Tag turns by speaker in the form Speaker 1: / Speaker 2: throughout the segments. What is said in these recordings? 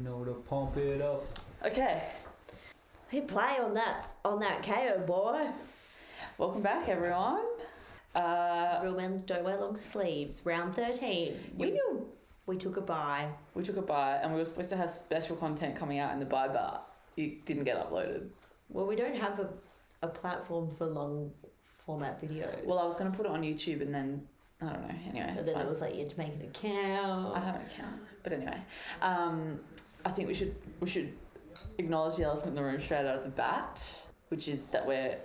Speaker 1: to pump it up.
Speaker 2: Okay.
Speaker 3: He play on that on that KO boy.
Speaker 2: Welcome back, everyone. Uh,
Speaker 3: Real men don't wear long sleeves. Round thirteen. We we took a bye.
Speaker 2: we took a bye, and we were supposed to have special content coming out in the bye bar. It didn't get uploaded.
Speaker 3: Well, we don't have a, a platform for long format videos.
Speaker 2: Well, I was going to put it on YouTube, and then I don't know. Anyway,
Speaker 3: but
Speaker 2: it's fine.
Speaker 3: then
Speaker 2: Uh-huh.
Speaker 3: it was like you had to make an account.
Speaker 2: I have an account, but anyway, um, I think we should we should acknowledge the elephant in the room straight out of the bat, which is that we're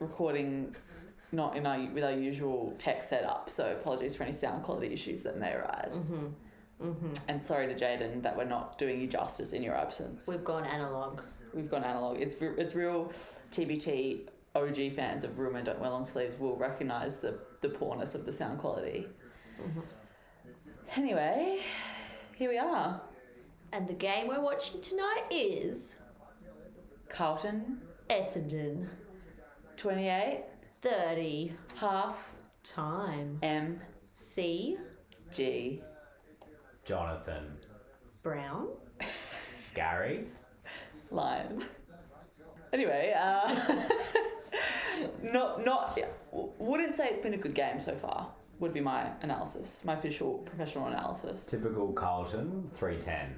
Speaker 2: recording not in our with our usual tech setup. So apologies for any sound quality issues that may arise.
Speaker 3: Mhm. Mhm.
Speaker 2: And sorry to Jaden that we're not doing you justice in your absence.
Speaker 3: We've gone analog.
Speaker 2: We've gone analog. It's re- it's real TBT. OG fans of Room and Don't Wear Long Sleeves will recognise the, the poorness of the sound quality. Anyway, here we are.
Speaker 3: And the game we're watching tonight is
Speaker 2: Carlton,
Speaker 3: Essendon
Speaker 2: 28,
Speaker 3: 30
Speaker 2: half
Speaker 3: time.
Speaker 2: M
Speaker 3: C
Speaker 2: G.
Speaker 1: Jonathan,
Speaker 3: Brown.
Speaker 1: Gary,
Speaker 2: line. Anyway, uh, not not wouldn't say it's been a good game so far. Would be my analysis, my official professional analysis. Oh,
Speaker 1: typical Carlton, three ten.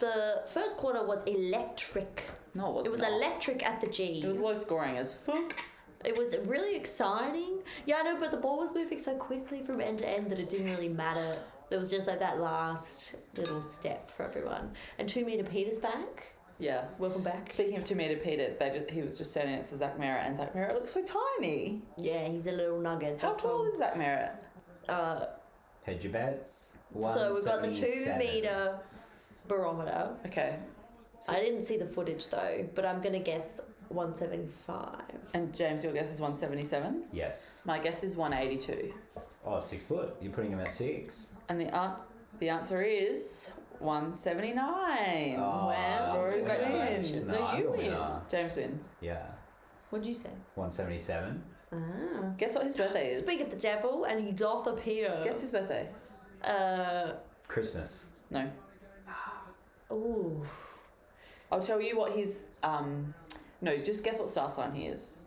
Speaker 3: The first quarter was electric.
Speaker 2: No, it was.
Speaker 3: It was
Speaker 2: not.
Speaker 3: electric at the G.
Speaker 2: It was low scoring as fuck.
Speaker 3: It was really exciting. Yeah, I know, but the ball was moving so quickly from end to end that it didn't really matter. It was just like that last little step for everyone. And two meter Peter's back.
Speaker 2: Yeah.
Speaker 3: Welcome back.
Speaker 2: Speaking of two meter Peter, they just, he was just standing next to Zach Merritt, and Zach Merritt looks so tiny.
Speaker 3: Yeah, he's a little nugget.
Speaker 2: How tall is Zach Merritt?
Speaker 3: Uh,
Speaker 1: Hedge your bets.
Speaker 3: so we've got the two
Speaker 1: 177.
Speaker 3: meter barometer.
Speaker 2: Okay.
Speaker 3: I didn't see the footage though, but I'm gonna guess 175.
Speaker 2: And James, your guess is one seventy seven.
Speaker 1: Yes.
Speaker 2: My guess is one eighty two.
Speaker 1: Oh, six foot. You're putting him at six.
Speaker 2: And the an- the answer is 179.
Speaker 3: Ah,
Speaker 1: Oh,
Speaker 3: Wow,
Speaker 2: Rory
Speaker 1: congratulations.
Speaker 2: wins.
Speaker 1: No,
Speaker 2: No,
Speaker 1: I'm
Speaker 2: you
Speaker 1: the
Speaker 2: win.
Speaker 1: winner.
Speaker 2: James wins.
Speaker 1: Yeah.
Speaker 3: What'd you say?
Speaker 1: 177.
Speaker 3: Ah.
Speaker 2: Guess what his birthday is?
Speaker 3: Speak of the devil, and he doth appear.
Speaker 2: Guess his birthday.
Speaker 3: Uh,
Speaker 1: Christmas.
Speaker 2: No.
Speaker 3: ooh.
Speaker 2: I'll tell you what his um no, just guess what star sign he is.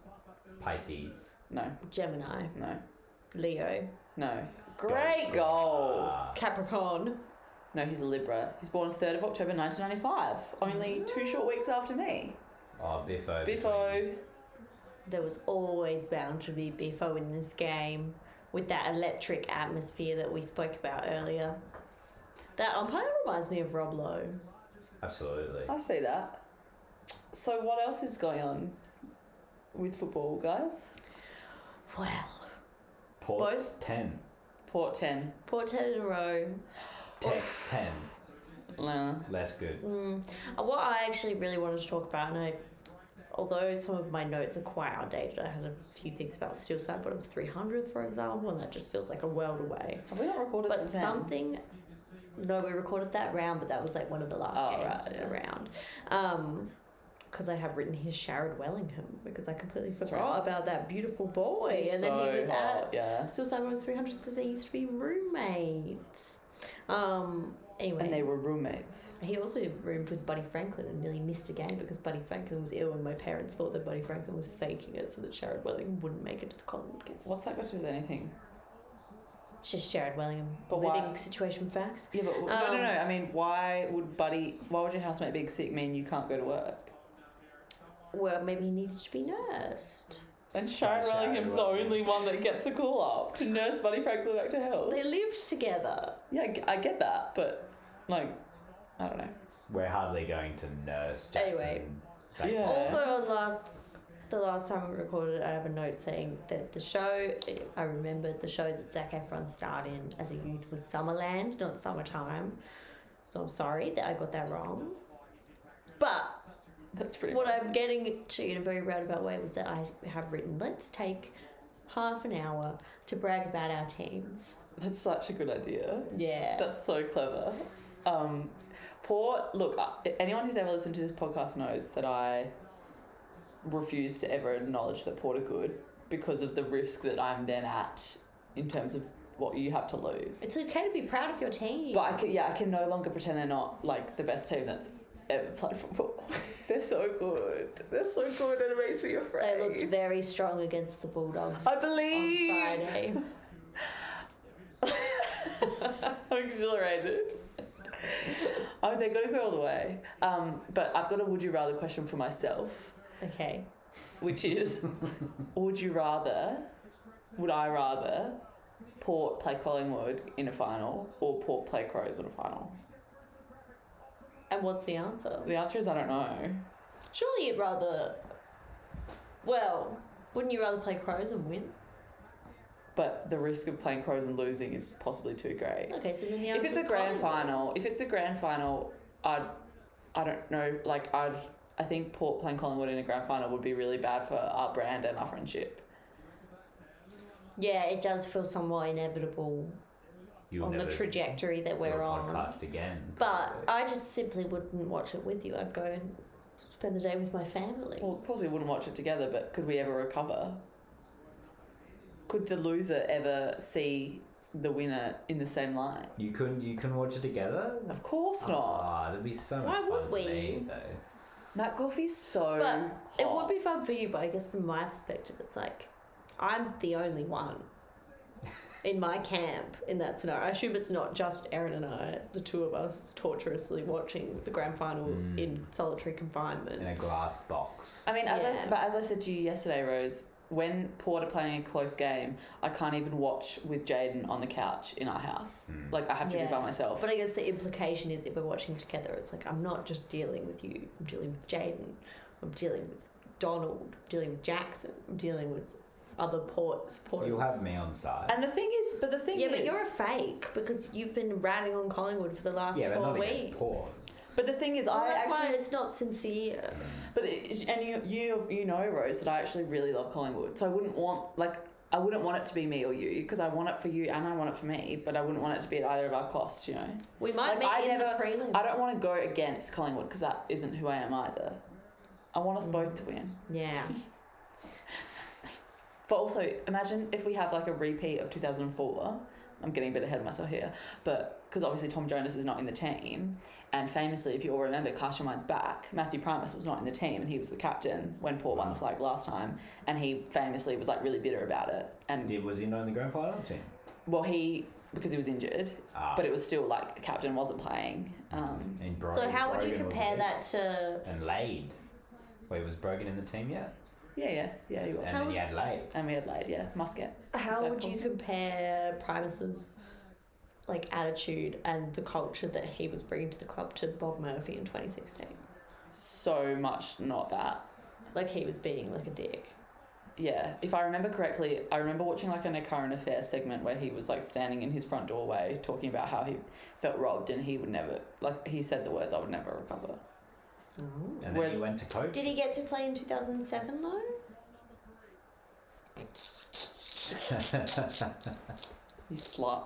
Speaker 1: Pisces.
Speaker 2: No.
Speaker 3: Gemini,
Speaker 2: No.
Speaker 3: Leo,
Speaker 2: No.
Speaker 1: Don't
Speaker 2: Great goal.
Speaker 1: Ah,
Speaker 3: Capricorn.
Speaker 2: No, he's a Libra. He's born 3rd of October 1995, only two short weeks after me.
Speaker 1: Oh, Biffo.
Speaker 2: Biffo.
Speaker 3: There was always bound to be Biffo in this game with that electric atmosphere that we spoke about earlier. That umpire reminds me of Rob Lowe. Oh.
Speaker 1: Absolutely.
Speaker 2: I see that. So what else is going on with football, guys?
Speaker 3: Well,
Speaker 1: Port
Speaker 3: both-
Speaker 1: 10.
Speaker 2: Port 10.
Speaker 3: poor Ted in a row.
Speaker 1: Text 10.
Speaker 2: Nah.
Speaker 1: Less good.
Speaker 3: And Mm. What I actually really wanted to talk about, and I, although some of my notes are quite outdated, I had a few things about Steel Side Bottoms 300, for example, and that just feels like a world away.
Speaker 2: Have we not recorded
Speaker 3: But
Speaker 2: since then?
Speaker 3: something. No, we recorded that round, but that was like one of the last
Speaker 2: Oh,
Speaker 3: games
Speaker 2: right,
Speaker 3: of the round. Um, because I have written his Sherrod Wellingham because I completely
Speaker 2: That's
Speaker 3: forgot
Speaker 2: right.
Speaker 3: about that beautiful boy, and then he was at
Speaker 2: yeah.
Speaker 3: Still Simon was three hundred because they used to be roommates. Um. Anyway,
Speaker 2: And they were roommates.
Speaker 3: he also roomed with Buddy Franklin and nearly missed a game because Buddy Franklin was ill, and my parents thought that Buddy Franklin was faking it so that Sherrod Wellingham wouldn't make it to the Collingwood game.
Speaker 2: What's that got to do with anything?
Speaker 3: It's just Sherrod Wellingham.
Speaker 2: But why-
Speaker 3: living situation facts.
Speaker 2: Yeah, but no, no,
Speaker 3: Um,
Speaker 2: no. I mean, why would Buddy? Why would your housemate being sick mean you can't go to work?
Speaker 3: Well, maybe he needed to be nursed.
Speaker 2: And Sharon
Speaker 1: Sharon
Speaker 2: Wellingham's the
Speaker 1: Wellingham.
Speaker 2: only one that gets a call up to nurse Buddy Franklin back to health.
Speaker 3: They lived together.
Speaker 2: Yeah, I g- I get that, but like, I don't know.
Speaker 1: We're hardly going to nurse Jackson.
Speaker 3: Anyway.
Speaker 1: Thank
Speaker 2: Yeah.
Speaker 1: you.
Speaker 3: Also, on last the last time we recorded, I have a note saying that the show I remembered the show that Zac Efron starred in as a youth was Summerland, not Summertime. So I'm sorry that I got that wrong. But
Speaker 2: That's pretty.
Speaker 3: what
Speaker 2: much-
Speaker 3: I'm getting to in a very roundabout way was that I have written, let's take half an hour to brag about our teams.
Speaker 2: That's such a good idea.
Speaker 3: Yeah.
Speaker 2: That's so clever. Um, Port, look, I- anyone who's ever listened to this podcast knows that I refuse to ever acknowledge that Port are good because of the risk that I'm then at in terms of what you have to lose.
Speaker 3: It's okay to be proud of your team.
Speaker 2: But I can, yeah, I can no longer pretend they're not like the best team that's ever played football. they're so good. They're so good, and it makes me afraid.
Speaker 3: they looked very strong against the Bulldogs
Speaker 2: I
Speaker 3: on
Speaker 2: believe.
Speaker 3: Friday.
Speaker 2: I'm exhilarated. oh, they're gonna go all the way. Um, but I've got a would you rather question for myself.
Speaker 3: Okay.
Speaker 2: which is would you rather would I rather Port play Collingwood in a final or Port play Crows in a final?
Speaker 3: And what's the answer?
Speaker 2: The answer is I don't know.
Speaker 3: Surely you'd rather. Well, wouldn't you rather play Crows and win?
Speaker 2: But the risk of playing Crows and losing is possibly too great.
Speaker 3: Okay, so then the
Speaker 2: If
Speaker 3: answer
Speaker 2: it's a grand final, if it's a grand final, I'd I don't know, like I'd I think Port playing Collingwood in a grand final would be really bad for our brand and our friendship.
Speaker 3: Yeah, it does feel somewhat inevitable
Speaker 1: You'll
Speaker 3: on the
Speaker 1: never
Speaker 3: trajectory that
Speaker 1: do a
Speaker 3: we're on.
Speaker 1: podcast again.
Speaker 3: But
Speaker 1: probably.
Speaker 3: I just simply wouldn't watch it with you. I'd go and spend the day with my family.
Speaker 2: Well, probably wouldn't watch it together, but could we ever recover? Could the loser ever see the winner in the same light?
Speaker 1: you couldn't. You can watch it together.
Speaker 2: Of course not.
Speaker 1: Ah, that'd be so much
Speaker 3: Why
Speaker 1: fun
Speaker 3: would
Speaker 1: for me
Speaker 3: we?
Speaker 1: though.
Speaker 2: Matt Goffey's so.
Speaker 3: But
Speaker 2: hot.
Speaker 3: it
Speaker 1: Oh.
Speaker 3: would be fun for you, but I guess from my perspective, it's like I'm the only one in my camp in that scenario. I assume it's not just Erin and I, the two of us, torturously watching the grand final
Speaker 1: Mm.
Speaker 3: in solitary confinement.
Speaker 1: In a glass box.
Speaker 2: I mean, as
Speaker 3: Yeah.
Speaker 2: I, but as I said to you yesterday, Rose, when Port are playing a close game, I can't even watch with Jaden on the couch in our house.
Speaker 1: Mm.
Speaker 2: Like I have to be by
Speaker 3: Yeah.
Speaker 2: myself.
Speaker 3: But I guess the implication is if we're watching together, it's like I'm not just dealing with you. I'm dealing with Jaden. I'm dealing with Donald. I'm dealing with Jackson. I'm dealing with other port supporters.
Speaker 1: You'll have me on side.
Speaker 2: and the thing is, but the thing
Speaker 3: Yeah,
Speaker 2: is,
Speaker 3: but you're a fake because you've been ratting on Collingwood for the last
Speaker 1: yeah, but
Speaker 3: four
Speaker 1: not
Speaker 3: weeks.
Speaker 1: against poor.
Speaker 2: but the thing is,
Speaker 3: Well,
Speaker 2: I
Speaker 3: Oh, that's
Speaker 2: actually
Speaker 3: why it's not sincere.
Speaker 1: Hmm.
Speaker 2: But it, and you you you know Rose that I actually really love Collingwood, so I wouldn't want like I wouldn't want it to be me or you because I want it for you and I want it for me, but I wouldn't want it to be at either of our costs. You know,
Speaker 3: We
Speaker 2: Like,
Speaker 3: might be
Speaker 2: I
Speaker 3: in
Speaker 2: never-
Speaker 3: the prelim.
Speaker 2: I don't want to go against Collingwood because that isn't who I am either. I want
Speaker 3: Mm.
Speaker 2: us both to win.
Speaker 3: yeah.
Speaker 2: But also, imagine if we have like a repeat of 2004. I'm getting a bit ahead of myself here, but because obviously Tom Jonas is not in the team, and famously, if you all remember, Kasha Mine's back, Matthew Primus was not in the team, and he was the captain when Port won the flag last time, and he famously was like really bitter about it, and
Speaker 1: Did was he not in the grand final team?
Speaker 2: well, he because he was injured,
Speaker 1: Ah,
Speaker 2: but it was still like the captain wasn't playing. Um,
Speaker 1: and Bro-
Speaker 3: so how would you
Speaker 1: Brogan was
Speaker 3: compare that
Speaker 1: next.
Speaker 3: to?
Speaker 1: And Laid. Wait, was Brogan in the team yet?
Speaker 2: yeah, yeah, yeah, he was,
Speaker 1: And then you had Laid.
Speaker 2: and we had Laid, yeah, Muscat.
Speaker 3: How
Speaker 2: Stuff
Speaker 3: would you
Speaker 2: calls.
Speaker 3: compare Primus's like attitude and the culture that he was bringing to the club to Bob Murphy in 2016?
Speaker 2: So much not that.
Speaker 3: Like he was beating like a dick.
Speaker 2: Yeah, if I remember correctly, I remember watching like an A Current Affair segment where he was like standing in his front doorway talking about how he felt robbed and he would never, like, he said the words, I would never recover.
Speaker 1: And then
Speaker 2: Whereas-
Speaker 1: you went to coach.
Speaker 3: Mm-hmm. Did he get to play in 2007 though?
Speaker 2: You slut.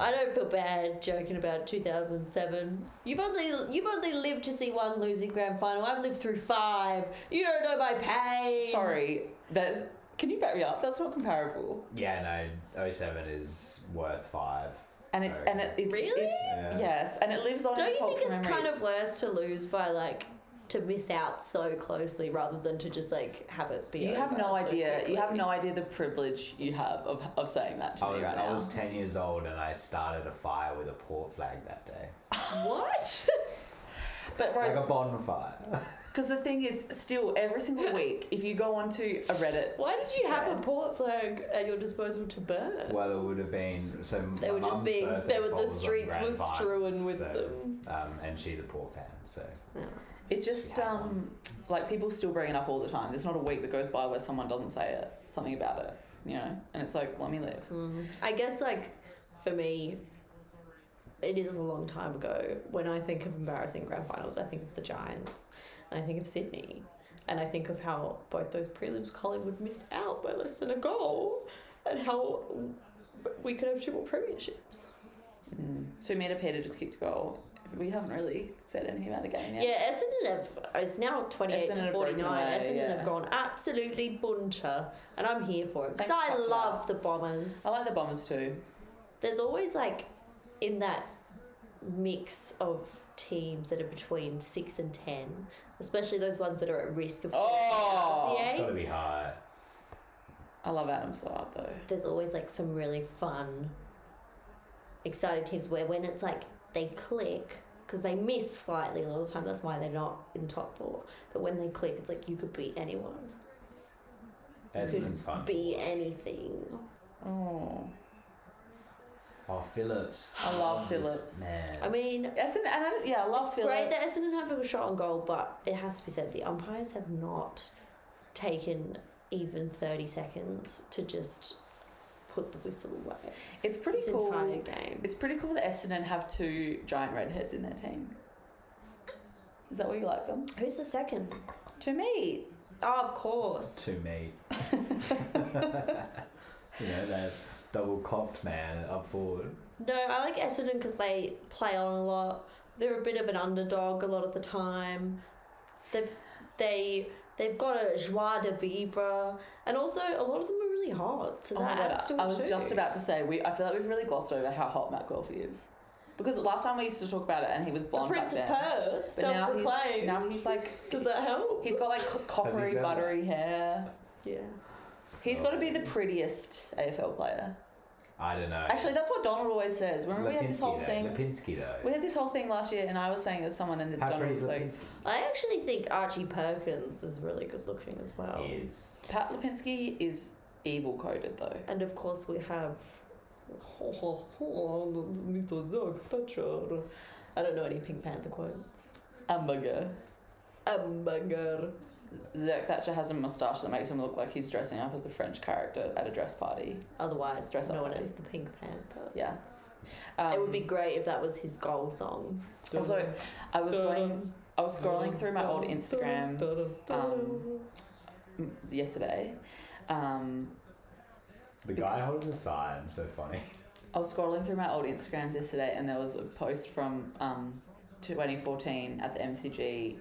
Speaker 3: I don't feel bad joking about 2007. You've only you've only lived to see one losing grand final. I've lived through five. You don't know my pain.
Speaker 2: Sorry, that's, can you back me up? That's not comparable.
Speaker 1: yeah, no, 07 is worth five.
Speaker 2: And it's, and it, it's,
Speaker 3: Really?
Speaker 2: it-
Speaker 1: Yeah.
Speaker 2: yes, and it lives on
Speaker 3: Don't
Speaker 2: in
Speaker 3: you think
Speaker 2: cultural
Speaker 3: it's
Speaker 2: memory.
Speaker 3: kind of worse to lose by like to miss out so closely rather than to just like have it be?
Speaker 2: you have
Speaker 3: over
Speaker 2: no
Speaker 3: so
Speaker 2: idea. You have
Speaker 3: quickly?
Speaker 2: no idea the privilege you have of, of saying that to
Speaker 1: I
Speaker 2: me
Speaker 1: was,
Speaker 2: right
Speaker 1: I
Speaker 2: now.
Speaker 1: was 10 years old and I started a fire with a port flag that day.
Speaker 2: what? but Rose,
Speaker 1: Like a bonfire.
Speaker 2: because the thing is, still every single week, if you go onto a Reddit
Speaker 3: Why did you have
Speaker 2: Yeah.
Speaker 3: a port flag at your disposal to burn?
Speaker 1: well, it would have been. So
Speaker 3: They
Speaker 1: my
Speaker 3: were just
Speaker 1: mum's
Speaker 3: being.
Speaker 1: birthday
Speaker 3: They were the
Speaker 1: falls on
Speaker 3: streets
Speaker 1: grand
Speaker 3: were
Speaker 1: final,
Speaker 3: strewn with
Speaker 1: so,
Speaker 3: them.
Speaker 1: Um, and she's a port fan, so.
Speaker 2: It just
Speaker 1: Yeah.
Speaker 2: um like people still bring it up all the time. There's not a week that goes by where someone doesn't say it, something about it, you know. And it's like, let me live.
Speaker 3: I guess like for me, it is a long time ago. When I think of embarrassing grand finals, I think of the Giants, and I think of Sydney, and I think of how both those prelims Collingwood missed out by less than a goal, and how we could have triple premierships.
Speaker 2: Mm. So Meta Peter just kicked a goal. we haven't really said anything about the game yet.
Speaker 3: Yeah, Essendon have it's now twenty eight
Speaker 2: Essendon
Speaker 3: to
Speaker 2: have
Speaker 3: forty
Speaker 2: broken
Speaker 3: nine.
Speaker 2: away,
Speaker 3: Essendon
Speaker 2: yeah.
Speaker 3: have gone absolutely bunter, and I'm here for it because
Speaker 2: Thanks,
Speaker 3: I
Speaker 2: fuck
Speaker 3: love the Bombers.
Speaker 2: I like the Bombers too.
Speaker 3: There's always like in that mix of teams that are between six and ten, especially those ones that are at risk of falling out of the
Speaker 2: Oh.
Speaker 1: It's
Speaker 3: eight.
Speaker 1: gotta be high.
Speaker 2: I love Adam Slart though.
Speaker 3: There's always like some really fun, exciting teams where when it's like they click. Because they miss slightly all the time, that's why they're not in the top four. But when they click, it's like you could beat anyone.
Speaker 1: Essendon's fun.
Speaker 3: be anything.
Speaker 2: Oh,
Speaker 1: Oh, Phillips. Oh,
Speaker 2: I love
Speaker 1: this
Speaker 2: Phillips.
Speaker 1: Man.
Speaker 3: I mean,
Speaker 2: Essendon, and I, yeah, I love
Speaker 3: it's
Speaker 2: Phillips.
Speaker 3: great that Essendon have a shot on goal, but it has to be said the umpires have not taken even 30 seconds to just put the whistle away.
Speaker 2: It's pretty
Speaker 3: This
Speaker 2: cool.
Speaker 3: entire game.
Speaker 2: It's pretty cool that Essendon have two giant redheads in their team. Is that why you like them?
Speaker 3: Who's the second?
Speaker 2: To me,
Speaker 3: Oh, of course.
Speaker 1: to me. you know, that double cocked man up forward.
Speaker 3: No, I like Essendon because they play on a lot. They're a bit of an underdog a lot of the time. They, they, they've got a joie de vivre, and also a lot of them are really hot. So
Speaker 2: oh my
Speaker 3: that
Speaker 2: God,
Speaker 3: adds to it
Speaker 2: I was
Speaker 3: too.
Speaker 2: just about to say we. I feel like we've really glossed over how hot Matt Guelphy is, because last time we used to talk about it and he was blonde
Speaker 3: the
Speaker 2: back
Speaker 3: Prince of
Speaker 2: then.
Speaker 3: Perth,
Speaker 2: But now he's,
Speaker 3: self-proclaimed.
Speaker 2: now he's like
Speaker 3: Does that help?
Speaker 2: he's got like co- coppery
Speaker 1: said that?
Speaker 2: buttery hair.
Speaker 3: yeah.
Speaker 2: He's got to
Speaker 1: Oh.
Speaker 2: be the prettiest AFL player.
Speaker 1: I don't know.
Speaker 2: Actually, that's what Donald always says. Remember we had this
Speaker 1: Lipinski,
Speaker 2: whole
Speaker 1: though.
Speaker 2: thing.
Speaker 1: Lipinski, though.
Speaker 2: We had this whole thing last year, and I was saying it was someone, and
Speaker 1: How
Speaker 2: Donald
Speaker 1: pretty is
Speaker 2: was like,
Speaker 1: Lipinski?
Speaker 3: I actually think Archie Perkins is really good looking as
Speaker 2: Oh.
Speaker 3: well.
Speaker 1: He is.
Speaker 2: Pat Lipinski is evil coded though.
Speaker 3: And of course we have Mr. Zack Thatcher. I don't know any Pink Panther quotes.
Speaker 2: Hamburger.
Speaker 3: Hamburger.
Speaker 2: Zach Thatcher has a moustache that makes him look like he's dressing up as a French character at a dress party.
Speaker 3: Otherwise,
Speaker 2: Dress up
Speaker 3: known
Speaker 2: party.
Speaker 3: as the Pink Panther.
Speaker 2: Yeah. Um,
Speaker 3: it would be great if that was his goal song.
Speaker 2: Also, I was going, I was scrolling through my old Instagram um, yesterday. Um,
Speaker 1: The guy holding the sign, so funny.
Speaker 2: I was scrolling through my old Instagrams yesterday, and there was a post from um, 2014 at the MCG,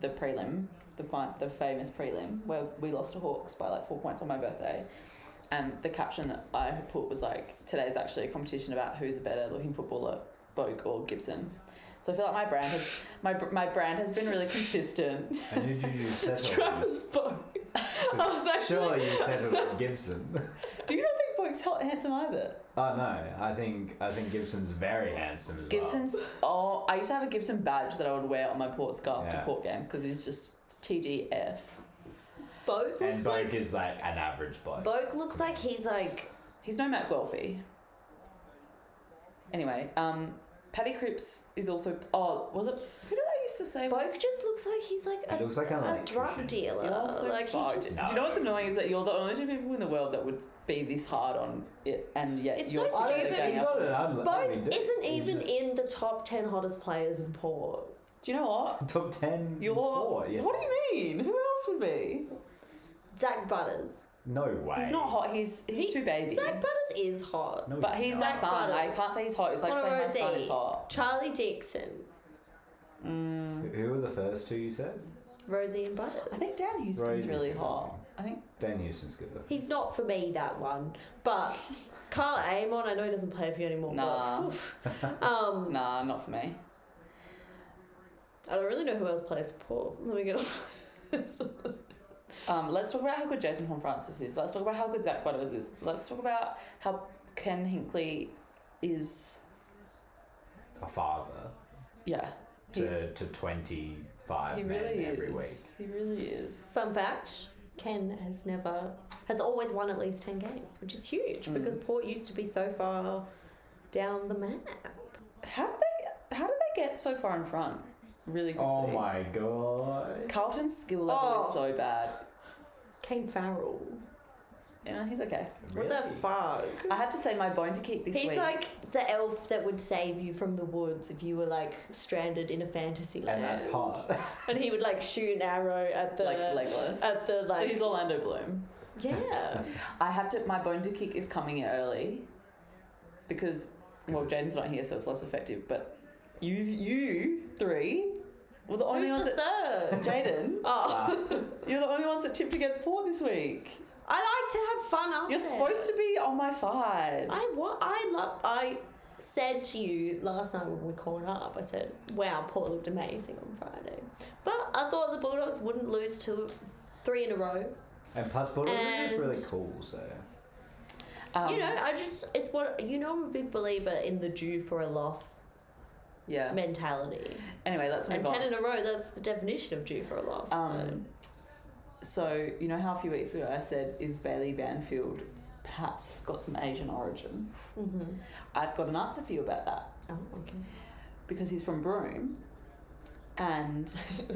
Speaker 2: the prelim, the fun, the famous prelim, where we lost to Hawks by like four points on my birthday. And the caption that I had put was like, "Today's actually a competition about who's a better looking footballer, Bogue or Gibson." So I feel like my brand has my br- my brand has been really consistent.
Speaker 1: And who did you settle on?
Speaker 2: Travis Bogue. I was actually.
Speaker 1: Surely you settled on Gibson.
Speaker 2: Do you not think Bogue's hel- handsome either?
Speaker 1: Oh no, I think I think Gibson's very handsome as
Speaker 2: Gibson's. Oh, I used to have a Gibson badge that I would wear on my port scarf to
Speaker 1: Yeah.
Speaker 2: port games because he's just TDF.
Speaker 3: Boke
Speaker 1: well. And
Speaker 3: looks,
Speaker 1: Boke
Speaker 3: like,
Speaker 1: is like an average bloke.
Speaker 3: Boke looks like he's like
Speaker 2: He's no Matt Guelphy. Anyway, um, Paddy Cripps is also. Oh, was it? Who did I used to say?
Speaker 3: Boke
Speaker 2: was,
Speaker 3: just looks like he's like
Speaker 1: He
Speaker 3: a,
Speaker 1: looks like an
Speaker 3: a drug
Speaker 1: electrician.
Speaker 3: dealer.
Speaker 2: You're so
Speaker 3: like he
Speaker 2: fucked.
Speaker 3: just
Speaker 2: Do you know what's annoying is that you're the only two people in the world that would be this hard on it, and yet
Speaker 3: It's
Speaker 2: you're
Speaker 3: so
Speaker 2: also
Speaker 3: stupid.
Speaker 2: going
Speaker 1: He's
Speaker 2: up-
Speaker 1: not an unli- I
Speaker 3: Boke
Speaker 1: mean, dude,
Speaker 3: isn't
Speaker 1: he's
Speaker 3: even
Speaker 1: just
Speaker 3: in the top ten hottest players in Port.
Speaker 2: Do you know what?
Speaker 1: top ten.
Speaker 2: You're.
Speaker 1: four, yes.
Speaker 2: What do you mean? Who else would be?
Speaker 3: Zach Butters.
Speaker 1: No way.
Speaker 2: He's not hot. He's he's
Speaker 3: He-
Speaker 2: too baby.
Speaker 3: Zach Butters is hot.
Speaker 1: No,
Speaker 2: But he's my
Speaker 1: not.
Speaker 3: Zach
Speaker 2: son. I
Speaker 3: Butters.
Speaker 2: can't say he's hot. It's like
Speaker 3: Connor
Speaker 2: saying my son
Speaker 3: Rosie.
Speaker 2: is hot.
Speaker 3: Charlie Dixon,
Speaker 1: Who were the first two you said?
Speaker 3: Rosie and Butters.
Speaker 2: I think Dan Houston's
Speaker 1: Rose is
Speaker 2: really
Speaker 1: good
Speaker 2: hot.
Speaker 1: looking.
Speaker 2: I think
Speaker 1: Dan Houston's good looking.
Speaker 3: He's not for me that one, but Carl Amon. I know he doesn't play for you anymore. but
Speaker 2: Nah.
Speaker 3: phew. um,
Speaker 2: nah, not for me.
Speaker 3: I don't really know who else plays for Port. Let me get off. this.
Speaker 2: Um, let's talk about how good Jason Horn Francis is. Let's talk about how good Zach Butters is. Let's talk about how Ken Hinkley is.
Speaker 1: A father
Speaker 2: Yeah, he's,
Speaker 1: to, to twenty five
Speaker 2: he
Speaker 1: men
Speaker 2: really
Speaker 1: every
Speaker 2: is.
Speaker 1: week.
Speaker 2: He really is.
Speaker 3: Fun fact: Ken has never has always won at least ten games, which is huge
Speaker 2: Mm.
Speaker 3: because Port used to be so far down the map.
Speaker 2: How did they? How did they get so far in front? Really quickly.
Speaker 1: Oh my god.
Speaker 2: Carlton's skill level
Speaker 3: Oh.
Speaker 2: is so bad.
Speaker 3: Kane Farrell.
Speaker 2: Yeah, he's okay.
Speaker 1: Really?
Speaker 3: What the fuck?
Speaker 2: I have to say, my bone to kick this
Speaker 3: He's
Speaker 2: week.
Speaker 3: like the elf that would save you from the woods if you were like stranded in a fantasy land.
Speaker 1: And that's hot.
Speaker 3: And he would like shoot an arrow at the
Speaker 2: like Legolas.
Speaker 3: at the like
Speaker 2: so he's Orlando Bloom.
Speaker 3: yeah.
Speaker 2: I have to. My bone to kick is coming early, because well, Jaden's not here, so it's less effective. But you you three were the only
Speaker 3: Who's
Speaker 2: ones
Speaker 3: the
Speaker 2: that
Speaker 3: third?
Speaker 2: Jaden,
Speaker 3: oh,
Speaker 2: you're the only ones that tipped against four this week.
Speaker 3: I like to have fun. After
Speaker 2: You're supposed to be on my side.
Speaker 3: I what I love. I said to you last night when we caught up. I said, "Wow, Port looked amazing on Friday," but I thought the Bulldogs wouldn't lose two, three in a row.
Speaker 1: And plus, Bulldogs are just
Speaker 3: And-
Speaker 1: really cool, so.
Speaker 2: Um,
Speaker 3: you know, I just it's what you know. I'm a big believer in the due for a loss
Speaker 2: Yeah.
Speaker 3: mentality,
Speaker 2: Anyway, let's move
Speaker 3: and
Speaker 2: on.
Speaker 3: ten in a row. That's the definition of due for a loss.
Speaker 2: Um, so you know how a few weeks ago I said is Bailey Banfield perhaps got some Asian origin?
Speaker 3: so. Mhm.
Speaker 2: I've got an answer for you about that
Speaker 3: Oh, okay.
Speaker 2: because he's from Broome, and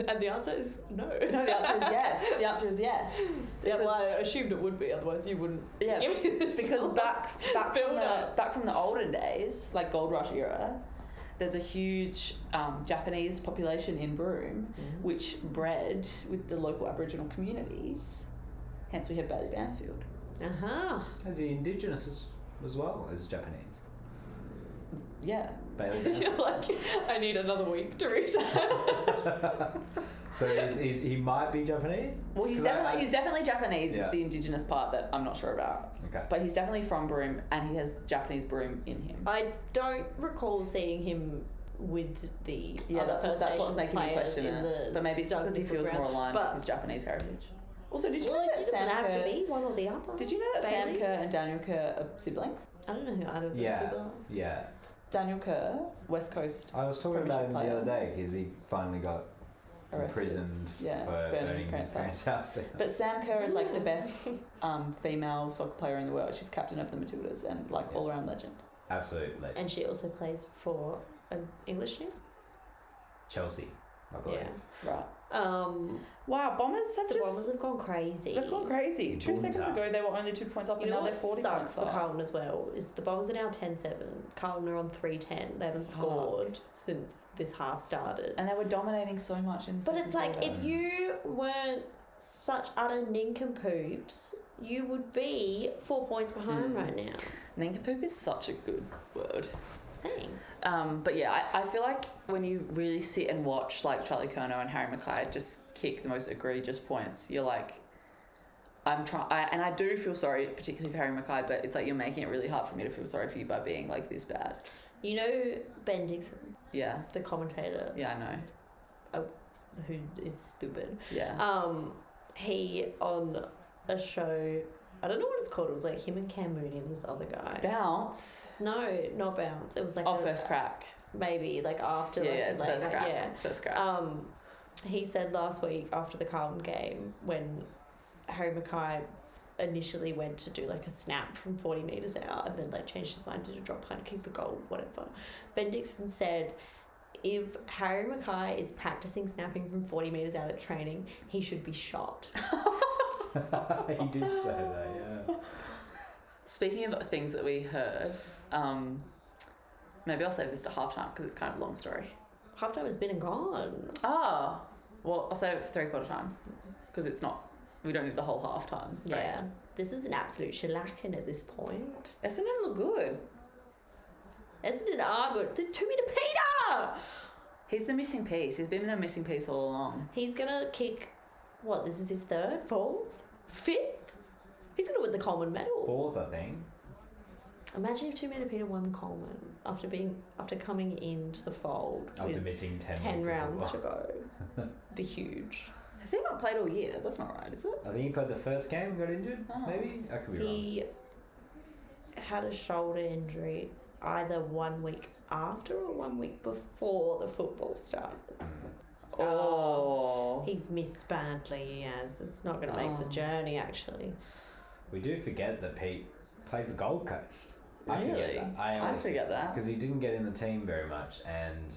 Speaker 3: and the answer is no.
Speaker 2: no, the answer is yes. The answer is yes.
Speaker 3: Yeah, well,
Speaker 2: Because-
Speaker 3: I assumed it would be. Otherwise, you wouldn't.
Speaker 2: Yeah,
Speaker 3: give me this
Speaker 2: because
Speaker 3: look.
Speaker 2: back back from
Speaker 3: Build
Speaker 2: the
Speaker 3: up.
Speaker 2: back from the olden days, like Gold Rush era, there's a huge um, Japanese population in Broome, which bred with the local Aboriginal communities. Hence, we have Bailey Banfield.
Speaker 3: Uh huh.
Speaker 1: As the indigenous as, as well as Japanese.
Speaker 2: Yeah,
Speaker 1: Bailey Banfield.
Speaker 3: You're like, I need another week to research.
Speaker 1: So he's, he's, he might be Japanese?
Speaker 2: Well, he's
Speaker 1: 'Cause I-
Speaker 2: definitely
Speaker 1: I-
Speaker 2: he's definitely Japanese.
Speaker 1: Yeah.
Speaker 2: It's the indigenous part that I'm not sure about,
Speaker 1: Okay.
Speaker 2: but he's definitely from Broome and he has Japanese Broome in him.
Speaker 3: I don't recall seeing him with the
Speaker 2: yeah,
Speaker 3: other
Speaker 2: that's what, that's what's
Speaker 3: First Nations
Speaker 2: making me
Speaker 3: players
Speaker 2: question
Speaker 3: in
Speaker 2: it.
Speaker 3: the
Speaker 2: But maybe it's
Speaker 3: Doug
Speaker 2: because he feels
Speaker 3: Nickel
Speaker 2: more
Speaker 3: Brown.
Speaker 2: aligned
Speaker 3: But
Speaker 2: with his Japanese heritage. Also, did you
Speaker 3: well,
Speaker 2: know
Speaker 3: it
Speaker 2: that
Speaker 3: doesn't
Speaker 2: Sam
Speaker 3: have
Speaker 2: Kerr?
Speaker 3: to be one or the other.
Speaker 2: Did you know that Sam
Speaker 3: Bailey?
Speaker 2: Kerr and Daniel Kerr are siblings?
Speaker 3: I don't know who either of those
Speaker 1: Yeah.
Speaker 3: people are.
Speaker 1: Yeah.
Speaker 2: Daniel Kerr, West Coast
Speaker 1: I was talking
Speaker 2: Probably
Speaker 1: about
Speaker 2: should
Speaker 1: him
Speaker 2: play
Speaker 1: the other
Speaker 2: it.
Speaker 1: day because he finally got
Speaker 2: arrested.
Speaker 1: imprisoned
Speaker 2: Yeah, burning
Speaker 1: for
Speaker 2: his
Speaker 1: burning his
Speaker 2: parents'
Speaker 1: parents' house down.
Speaker 2: But Sam Kerr is like the
Speaker 3: Mm.
Speaker 2: best um, female soccer player in the world. She's captain of the Matildas and like
Speaker 1: Yeah.
Speaker 2: all around legend.
Speaker 1: Absolutely.
Speaker 3: And she also plays for an English team.
Speaker 1: Chelsea, I believe.
Speaker 3: Yeah.
Speaker 2: Right.
Speaker 3: Um,
Speaker 2: Wow, Bombers have
Speaker 3: the
Speaker 2: just
Speaker 3: Bombers have gone crazy.
Speaker 2: They've gone crazy. Two
Speaker 1: Bunta.
Speaker 2: seconds ago, they were only two points up,
Speaker 3: You
Speaker 2: and
Speaker 3: know
Speaker 2: now they're
Speaker 3: what
Speaker 2: 40
Speaker 3: sucks
Speaker 2: points
Speaker 3: for
Speaker 2: up.
Speaker 3: Carlton as well is the Bombers are now 10-7. Carlton are on 3-10. They haven't
Speaker 2: Fuck.
Speaker 3: scored since this half started.
Speaker 2: And they were dominating so much in the
Speaker 3: But
Speaker 2: second
Speaker 3: it's like
Speaker 2: quarter.
Speaker 3: if you weren't such utter nincompoops, you would be four points behind
Speaker 2: Mm.
Speaker 3: right now.
Speaker 2: Nincompoop is such a good word.
Speaker 3: Thanks.
Speaker 2: Um, but yeah, I, I feel like when you really sit and watch like Charlie Kerno and Harry Mackay just kick the most egregious points, you're like, I'm trying, and I do feel sorry, particularly for Harry Mackay, but it's like you're making it really hard for me to feel sorry for you by being like this bad.
Speaker 3: you know Ben Dixon,
Speaker 2: Yeah,
Speaker 3: the commentator
Speaker 2: yeah, I know.
Speaker 3: who is stupid.
Speaker 2: Yeah.
Speaker 3: Um, he on a show. I don't know what it's called. It was like him and Cam Mooney and this other guy.
Speaker 2: Bounce.
Speaker 3: No, not bounce. It was like
Speaker 2: Oh,
Speaker 3: a-
Speaker 2: first crack.
Speaker 3: maybe like after
Speaker 2: Yeah,
Speaker 3: like,
Speaker 2: yeah, it's
Speaker 3: like,
Speaker 2: first crack.
Speaker 3: yeah.
Speaker 2: It's first crack.
Speaker 3: Um, he said last week after the Carlton game when Harry Mackay initially went to do like a snap from 40 metres out and then like changed his mind did a drop punt kick the goal whatever Ben Dixon said if Harry Mackay is practicing snapping from 40 metres out at training he should be shot
Speaker 1: he did say that, yeah.
Speaker 2: Speaking of things that we heard, um, maybe I'll save this to halftime because it's kind of a long story.
Speaker 3: half time has been and gone
Speaker 2: Ah, well, I'll save it for three quarter time because it's not. We don't need the whole halftime. break.
Speaker 3: yeah this is an absolute shellacking at this point
Speaker 2: Essendon look good.
Speaker 3: isn't it Argo there's too many Peter
Speaker 2: He's the missing piece. He's been the missing piece all along.
Speaker 3: He's gonna kick. What? This is his third, fourth, fifth. He's gonna win the Coleman Medal.
Speaker 1: Fourth, I think.
Speaker 3: Imagine if Two Minute Peter won the Coleman after being after coming into the fold
Speaker 1: After
Speaker 3: with
Speaker 1: missing 10,
Speaker 3: ten
Speaker 1: weeks of
Speaker 3: rounds
Speaker 1: football.
Speaker 3: to go. Be huge.
Speaker 2: Has he not played all year? That's not right, is it?
Speaker 1: I think he played the first game and got injured,
Speaker 2: Oh.
Speaker 1: maybe? I could be wrong.
Speaker 3: He had a shoulder injury either one week after or one week before the football started.
Speaker 1: Hmm.
Speaker 2: Oh.
Speaker 3: He's missed badly. He has. It's not gonna make
Speaker 2: Oh.
Speaker 3: the journey actually.
Speaker 1: We do forget that Pete played for Gold Coast. I forget
Speaker 2: Really?
Speaker 1: that.
Speaker 2: I
Speaker 1: always
Speaker 2: forget that.
Speaker 1: Because he didn't get in the team very much, and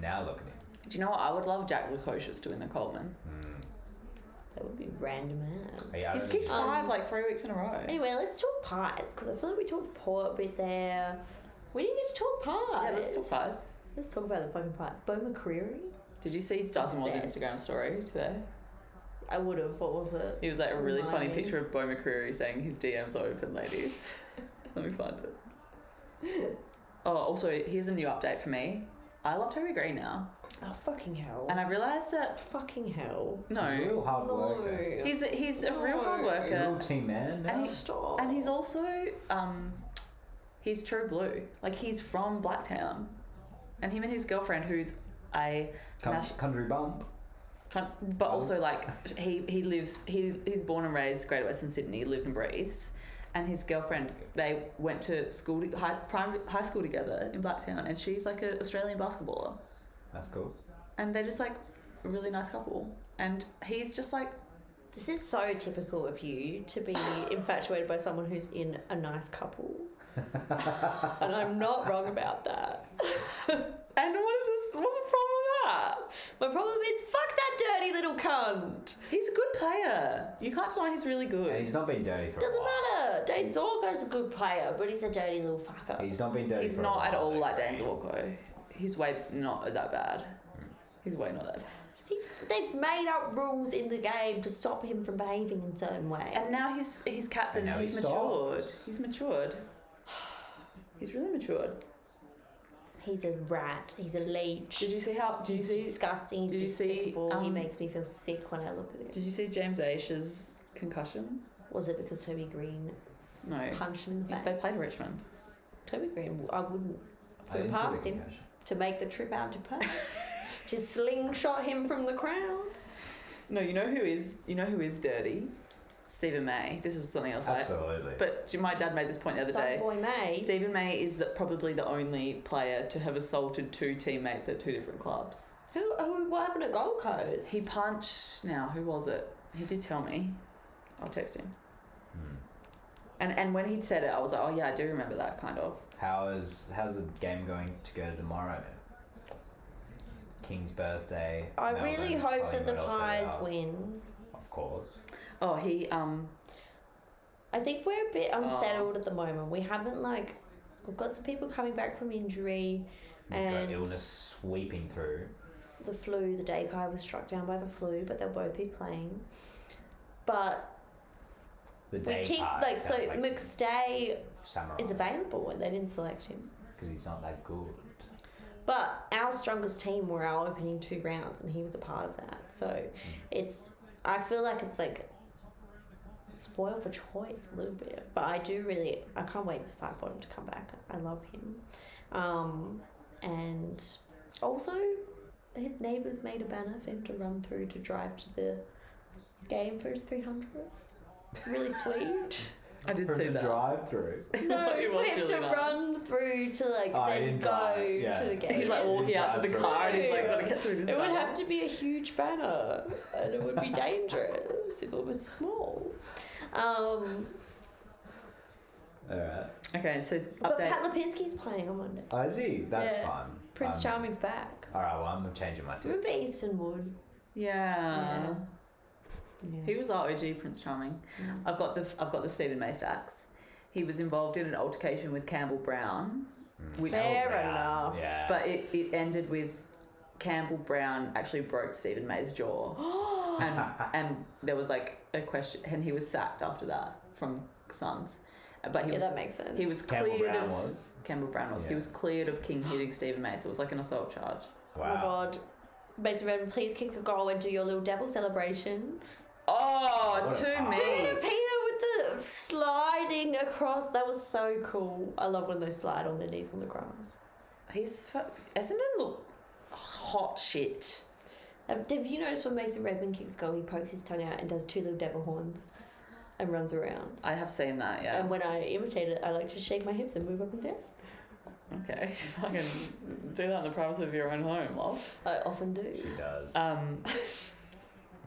Speaker 1: now look at him. Hmm.
Speaker 2: Do you know what? I would love Jack Lukosius doing the Coleman.
Speaker 3: That would be random ass.
Speaker 1: Yeah, I
Speaker 2: He's
Speaker 1: don't
Speaker 2: kicked
Speaker 1: know.
Speaker 2: five
Speaker 3: Um,
Speaker 2: like three weeks in a row.
Speaker 3: Anyway, let's talk pies because I feel like we talked port a bit there. We didn't get to talk pies.
Speaker 2: Yeah, let's talk pies.
Speaker 3: Let's talk about the fucking pies. Bo McCreary?
Speaker 2: Did you see Dustin's
Speaker 3: Obsessed.
Speaker 2: Instagram story today?
Speaker 3: I would have. What was it?
Speaker 2: It was like a really funny
Speaker 3: Miming.
Speaker 2: picture of Bo McCreary saying his DMs are open, ladies. Let me find it. Oh, also, here's a new update for me. I love Toby Green now,
Speaker 3: Oh fucking hell!
Speaker 2: and I realised that
Speaker 3: fucking hell!
Speaker 1: He's a
Speaker 2: no,
Speaker 1: real hard worker.
Speaker 2: he's a, he's a real hard
Speaker 3: No.
Speaker 1: A real
Speaker 2: worker,
Speaker 1: team man now.
Speaker 2: And he-
Speaker 3: Stop.
Speaker 2: and he's also um, he's true blue. Like he's from Blacktown, and him and his girlfriend, who's a
Speaker 1: Coun-
Speaker 2: national
Speaker 1: country bump.
Speaker 2: Kind but
Speaker 1: Um,
Speaker 2: also like he he lives he he's born and raised Greater Western Sydney, lives and breathes, and his girlfriend they went to school to- high prime high school together in Blacktown, and she's like an Australian basketballer,
Speaker 1: That's cool.
Speaker 2: and they're just like a really nice couple, and he's just like
Speaker 3: This is so typical of you to be infatuated by someone who's in a nice couple. and I'm not wrong about that.
Speaker 2: and what is this what's the problem with that?
Speaker 3: My problem is fuck that dirty little cunt.
Speaker 2: He's a good player. You can't deny he's really good.
Speaker 1: And he's not been dirty for a
Speaker 3: Doesn't
Speaker 1: while.
Speaker 3: matter. Dane Zorgo's a good player, but he's a dirty little fucker.
Speaker 1: He's not been dirty
Speaker 2: He's
Speaker 1: for a
Speaker 2: not at
Speaker 1: while,
Speaker 2: all
Speaker 1: though,
Speaker 2: like Dan
Speaker 1: Green.
Speaker 2: Zorko. He's way not that bad. He's way not that bad.
Speaker 3: He's, they've made up rules in the game to stop him from behaving in certain ways.
Speaker 2: And now he's he's captain.
Speaker 1: And now
Speaker 2: he's
Speaker 1: he
Speaker 2: matured. He's matured. He's really matured.
Speaker 3: he's a rat. He's a leech.
Speaker 2: Did you see how? Did you
Speaker 3: he's
Speaker 2: see?
Speaker 3: disgusting. He's
Speaker 2: did you see,
Speaker 3: despicable. he
Speaker 2: um,
Speaker 3: makes me feel sick when I look at him.
Speaker 2: Did you see James Aish's concussion?
Speaker 3: Was it because Toby Green
Speaker 2: No.
Speaker 3: punched him in the face?
Speaker 2: They played Richmond.
Speaker 3: Toby Green, I wouldn't
Speaker 1: I didn't see
Speaker 3: past
Speaker 1: the
Speaker 3: him.
Speaker 1: concussion.
Speaker 3: to make the trip out to Perth. to slingshot him from the crowd.
Speaker 2: No, you know who is you know who is dirty? Stephen May. This is something else. I,
Speaker 1: Absolutely.
Speaker 2: but do- my dad made this point the other
Speaker 3: That
Speaker 2: day.
Speaker 3: boy May.
Speaker 2: Stephen May is the, probably the only player to have assaulted two teammates at two different clubs.
Speaker 3: Who, who, what happened at Gold Coast?
Speaker 2: He punched. Now, who was it? He did tell me. I'll text him.
Speaker 1: Hmm.
Speaker 2: And and when he said it, I was like, oh yeah, I do remember that kind of.
Speaker 1: How is how's the game going to go tomorrow? King's birthday.
Speaker 3: I
Speaker 1: Melbourne,
Speaker 3: really hope that the
Speaker 1: Collingwood, I'll say
Speaker 3: Pies
Speaker 1: that.
Speaker 3: win.
Speaker 1: Of course.
Speaker 2: Oh, he um
Speaker 3: I think we're a bit unsettled at the moment. We haven't, like, we've got some people coming back from injury
Speaker 1: We've
Speaker 3: and
Speaker 1: got illness sweeping through.
Speaker 3: the flu. The day guy was struck down by the flu, but they'll both be playing. But
Speaker 1: The
Speaker 3: we
Speaker 1: day
Speaker 3: keep,
Speaker 1: part
Speaker 3: like, so
Speaker 1: sounds like
Speaker 3: McStay
Speaker 1: samurai
Speaker 3: is available and they didn't select him.
Speaker 1: because he's not that good.
Speaker 3: But our strongest team were our opening two rounds, and he was a part of that. So it's, I feel like it's like spoiled for choice a little bit. But I do really, I can't wait for Sidebottom to come back. I love him. Um, and also, his neighbours made a banner for him to run through to drive to the game for his 300. Really sweet.
Speaker 2: I did
Speaker 1: From
Speaker 2: see
Speaker 1: the
Speaker 2: that.
Speaker 1: drive through.
Speaker 3: No,
Speaker 2: It
Speaker 3: for
Speaker 2: was
Speaker 3: him to
Speaker 2: really nice.
Speaker 3: run through to like
Speaker 1: Oh, he
Speaker 3: then
Speaker 1: didn't
Speaker 3: go
Speaker 1: drive, yeah.
Speaker 3: to the game.
Speaker 2: He's like walking out to the car and he's like, gotta get through this.
Speaker 3: It would
Speaker 2: tunnel."
Speaker 3: have to be a huge banner, and it would be dangerous if it was small. Um,
Speaker 1: All right.
Speaker 2: Okay, so
Speaker 3: but
Speaker 2: update.
Speaker 3: Pat Lipinski's playing on Monday.
Speaker 1: I see. That's
Speaker 3: Yeah.
Speaker 1: fun.
Speaker 3: Prince
Speaker 1: Um,
Speaker 3: Charming's back.
Speaker 1: All right. Well, I'm changing my
Speaker 3: Do
Speaker 1: tip.
Speaker 3: you remember Eastonwood?
Speaker 2: yeah. He
Speaker 3: Yeah.
Speaker 2: was our OG Prince Charming.
Speaker 3: Mm.
Speaker 2: I've got the I've got the Stephen May facts. He was involved in an altercation with Campbell Brown,
Speaker 1: Mm.
Speaker 2: which
Speaker 3: Fair
Speaker 1: Yeah,
Speaker 3: enough.
Speaker 1: Yeah.
Speaker 2: but it, it ended with Campbell Brown actually broke Stephen May's jaw, and and there was like a question, and he was sacked after that from Suns, but he
Speaker 3: Yeah,
Speaker 2: was
Speaker 3: that makes sense.
Speaker 2: he was
Speaker 1: Campbell
Speaker 2: cleared
Speaker 1: Brown
Speaker 2: of
Speaker 1: was.
Speaker 2: Campbell Brown was. He
Speaker 1: Yeah.
Speaker 2: was cleared of King hitting Stephen May, so it was like an assault charge.
Speaker 1: Wow.
Speaker 3: Oh my god. Mason Redmond, please kick a goal and do your little devil celebration.
Speaker 2: Oh,
Speaker 1: What a
Speaker 2: two
Speaker 1: pass.
Speaker 3: Do you know
Speaker 2: me's.
Speaker 3: Peter with the sliding across? That was so cool. I love when they slide on their knees on the grass.
Speaker 2: He's fu- Essendon look hot shit.
Speaker 3: Have, have Um, you noticed when Mason Redmond kicks goal, he pokes his tongue out and does two little devil horns and runs around?
Speaker 2: I have seen that. Yeah.
Speaker 3: And when I imitate it, I like to shake my hips and move up and down.
Speaker 2: okay. Fucking do that in the privacy of your own home, love.
Speaker 3: I often do.
Speaker 1: She does.
Speaker 2: Um,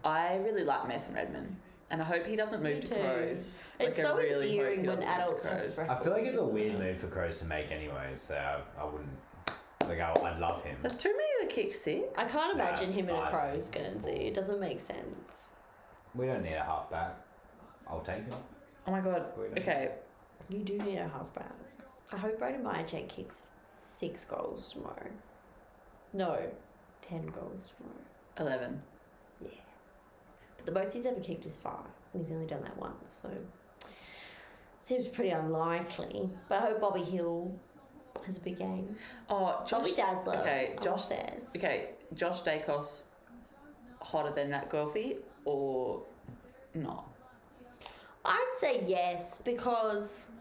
Speaker 2: I really like Mason Redmond, and I hope he doesn't
Speaker 3: Me
Speaker 2: move to
Speaker 3: too.
Speaker 2: Crows.
Speaker 3: It's
Speaker 2: I
Speaker 3: so
Speaker 2: really hope he
Speaker 3: endearing when
Speaker 2: doesn't move to
Speaker 3: adults have
Speaker 2: Crows.
Speaker 3: freckles.
Speaker 1: I feel like it's a
Speaker 3: Isn't
Speaker 1: weird
Speaker 3: it?
Speaker 1: move for Crows to make anyway, so I, I wouldn't. Like, I, I'd love him.
Speaker 2: Has too many to kick six?
Speaker 3: I can't
Speaker 1: Nah,
Speaker 3: imagine him in a
Speaker 1: fine.
Speaker 3: crow's Guernsey. It doesn't make sense.
Speaker 1: We don't need a halfback. I'll take him.
Speaker 2: Oh my god.
Speaker 1: We don't-
Speaker 2: Okay.
Speaker 3: You do need a halfback. I hope Braden Majek kicks six goals tomorrow. No, ten goals tomorrow.
Speaker 2: Eleven.
Speaker 3: But the most he's ever kicked is five, and he's only done that once, so seems pretty unlikely. But I hope Bobby Hill Has a big game.
Speaker 2: Oh,
Speaker 3: Probably
Speaker 2: Josh.
Speaker 3: Dazzler.
Speaker 2: okay,
Speaker 3: I'm
Speaker 2: Josh-
Speaker 3: obsessed.
Speaker 2: Okay, Josh Dacos hotter than Matt Golfy or not?
Speaker 3: I'd say yes because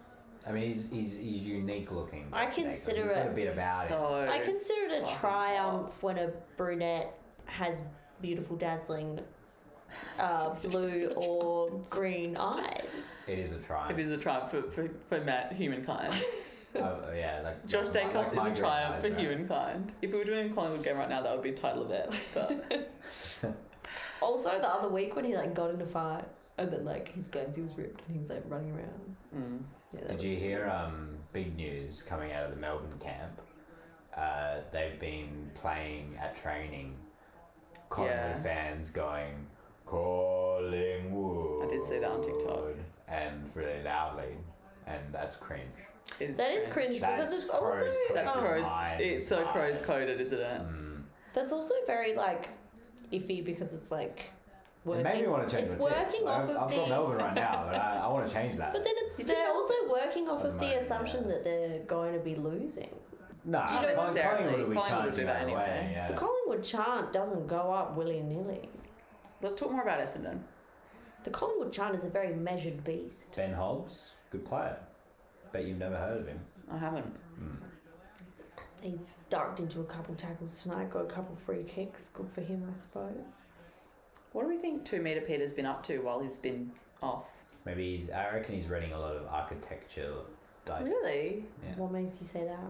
Speaker 1: I mean, he's he's, he's unique looking.
Speaker 3: I
Speaker 1: Jack Dacre.
Speaker 3: consider
Speaker 1: He's got a
Speaker 3: it
Speaker 1: bit about it.
Speaker 2: so
Speaker 3: I consider it a
Speaker 2: fucking
Speaker 3: triumph when a brunette has beautiful, dazzling uh, blue or green eyes.
Speaker 1: It is a
Speaker 2: it
Speaker 1: triumph.
Speaker 2: is a triumph for, for, for Matt humankind.
Speaker 1: Oh, yeah, like
Speaker 2: Josh
Speaker 1: like- like
Speaker 2: Dacos
Speaker 1: my
Speaker 2: is a
Speaker 1: green
Speaker 2: triumph
Speaker 1: eyes,
Speaker 2: for
Speaker 1: right?
Speaker 2: humankind. If we were doing a Collingwood game right now, that would be title of it. But
Speaker 3: Also, the other week when he like got in a fight and then like his gunsy was ripped and he was like running around.
Speaker 2: mm.
Speaker 3: Yeah, that
Speaker 1: Did you
Speaker 3: was-
Speaker 1: hear um, big news coming out of the Melbourne camp? Uh, they've been playing at training. Collingwood
Speaker 2: Yeah.
Speaker 1: fans going Collingwood.
Speaker 2: I did see that on TikTok.
Speaker 1: and really loudly, and that's cringe.
Speaker 2: it's
Speaker 3: That is cringe because
Speaker 1: That's
Speaker 3: it's also
Speaker 1: crow's Um,
Speaker 2: That's
Speaker 1: Oh.
Speaker 2: crows.
Speaker 1: Mine's
Speaker 2: It's so crows
Speaker 1: eyes.
Speaker 2: coded, isn't it?
Speaker 1: Mm.
Speaker 3: that's also very like iffy because it's like
Speaker 1: It
Speaker 3: working.
Speaker 1: made me want to change
Speaker 3: it's
Speaker 1: my tip.
Speaker 3: working off
Speaker 1: I've,
Speaker 3: of
Speaker 1: I've
Speaker 3: the
Speaker 1: got Melbourne right now, but I, I want to change that.
Speaker 3: But then it's
Speaker 2: Did you
Speaker 3: they're
Speaker 2: know-
Speaker 3: also working off
Speaker 1: Oh,
Speaker 3: of
Speaker 1: mate,
Speaker 3: the assumption
Speaker 1: yeah.
Speaker 3: that they're going to be losing.
Speaker 1: no,
Speaker 2: Do you know
Speaker 1: Colling-
Speaker 2: necessarily?
Speaker 1: Collingwood will be
Speaker 2: Collingwood will do
Speaker 1: turned
Speaker 2: that
Speaker 1: the other
Speaker 2: anyway.
Speaker 1: way, yeah.
Speaker 3: The Collingwood chant doesn't go up willy nilly.
Speaker 2: Let's talk more about Essendon.
Speaker 3: The Collingwood chant is a very measured beast.
Speaker 1: Ben Hobbs, good player. Bet you've never heard of him.
Speaker 2: I haven't.
Speaker 3: He's ducked into a couple tackles tonight, got a couple free kicks. Good for him, I suppose.
Speaker 2: What do we think Two Meter Peter's been up to while he's been off?
Speaker 1: Maybe he's, I reckon he's reading a lot of architecture. Digest.
Speaker 2: Really?
Speaker 1: Yeah.
Speaker 3: What makes you say that?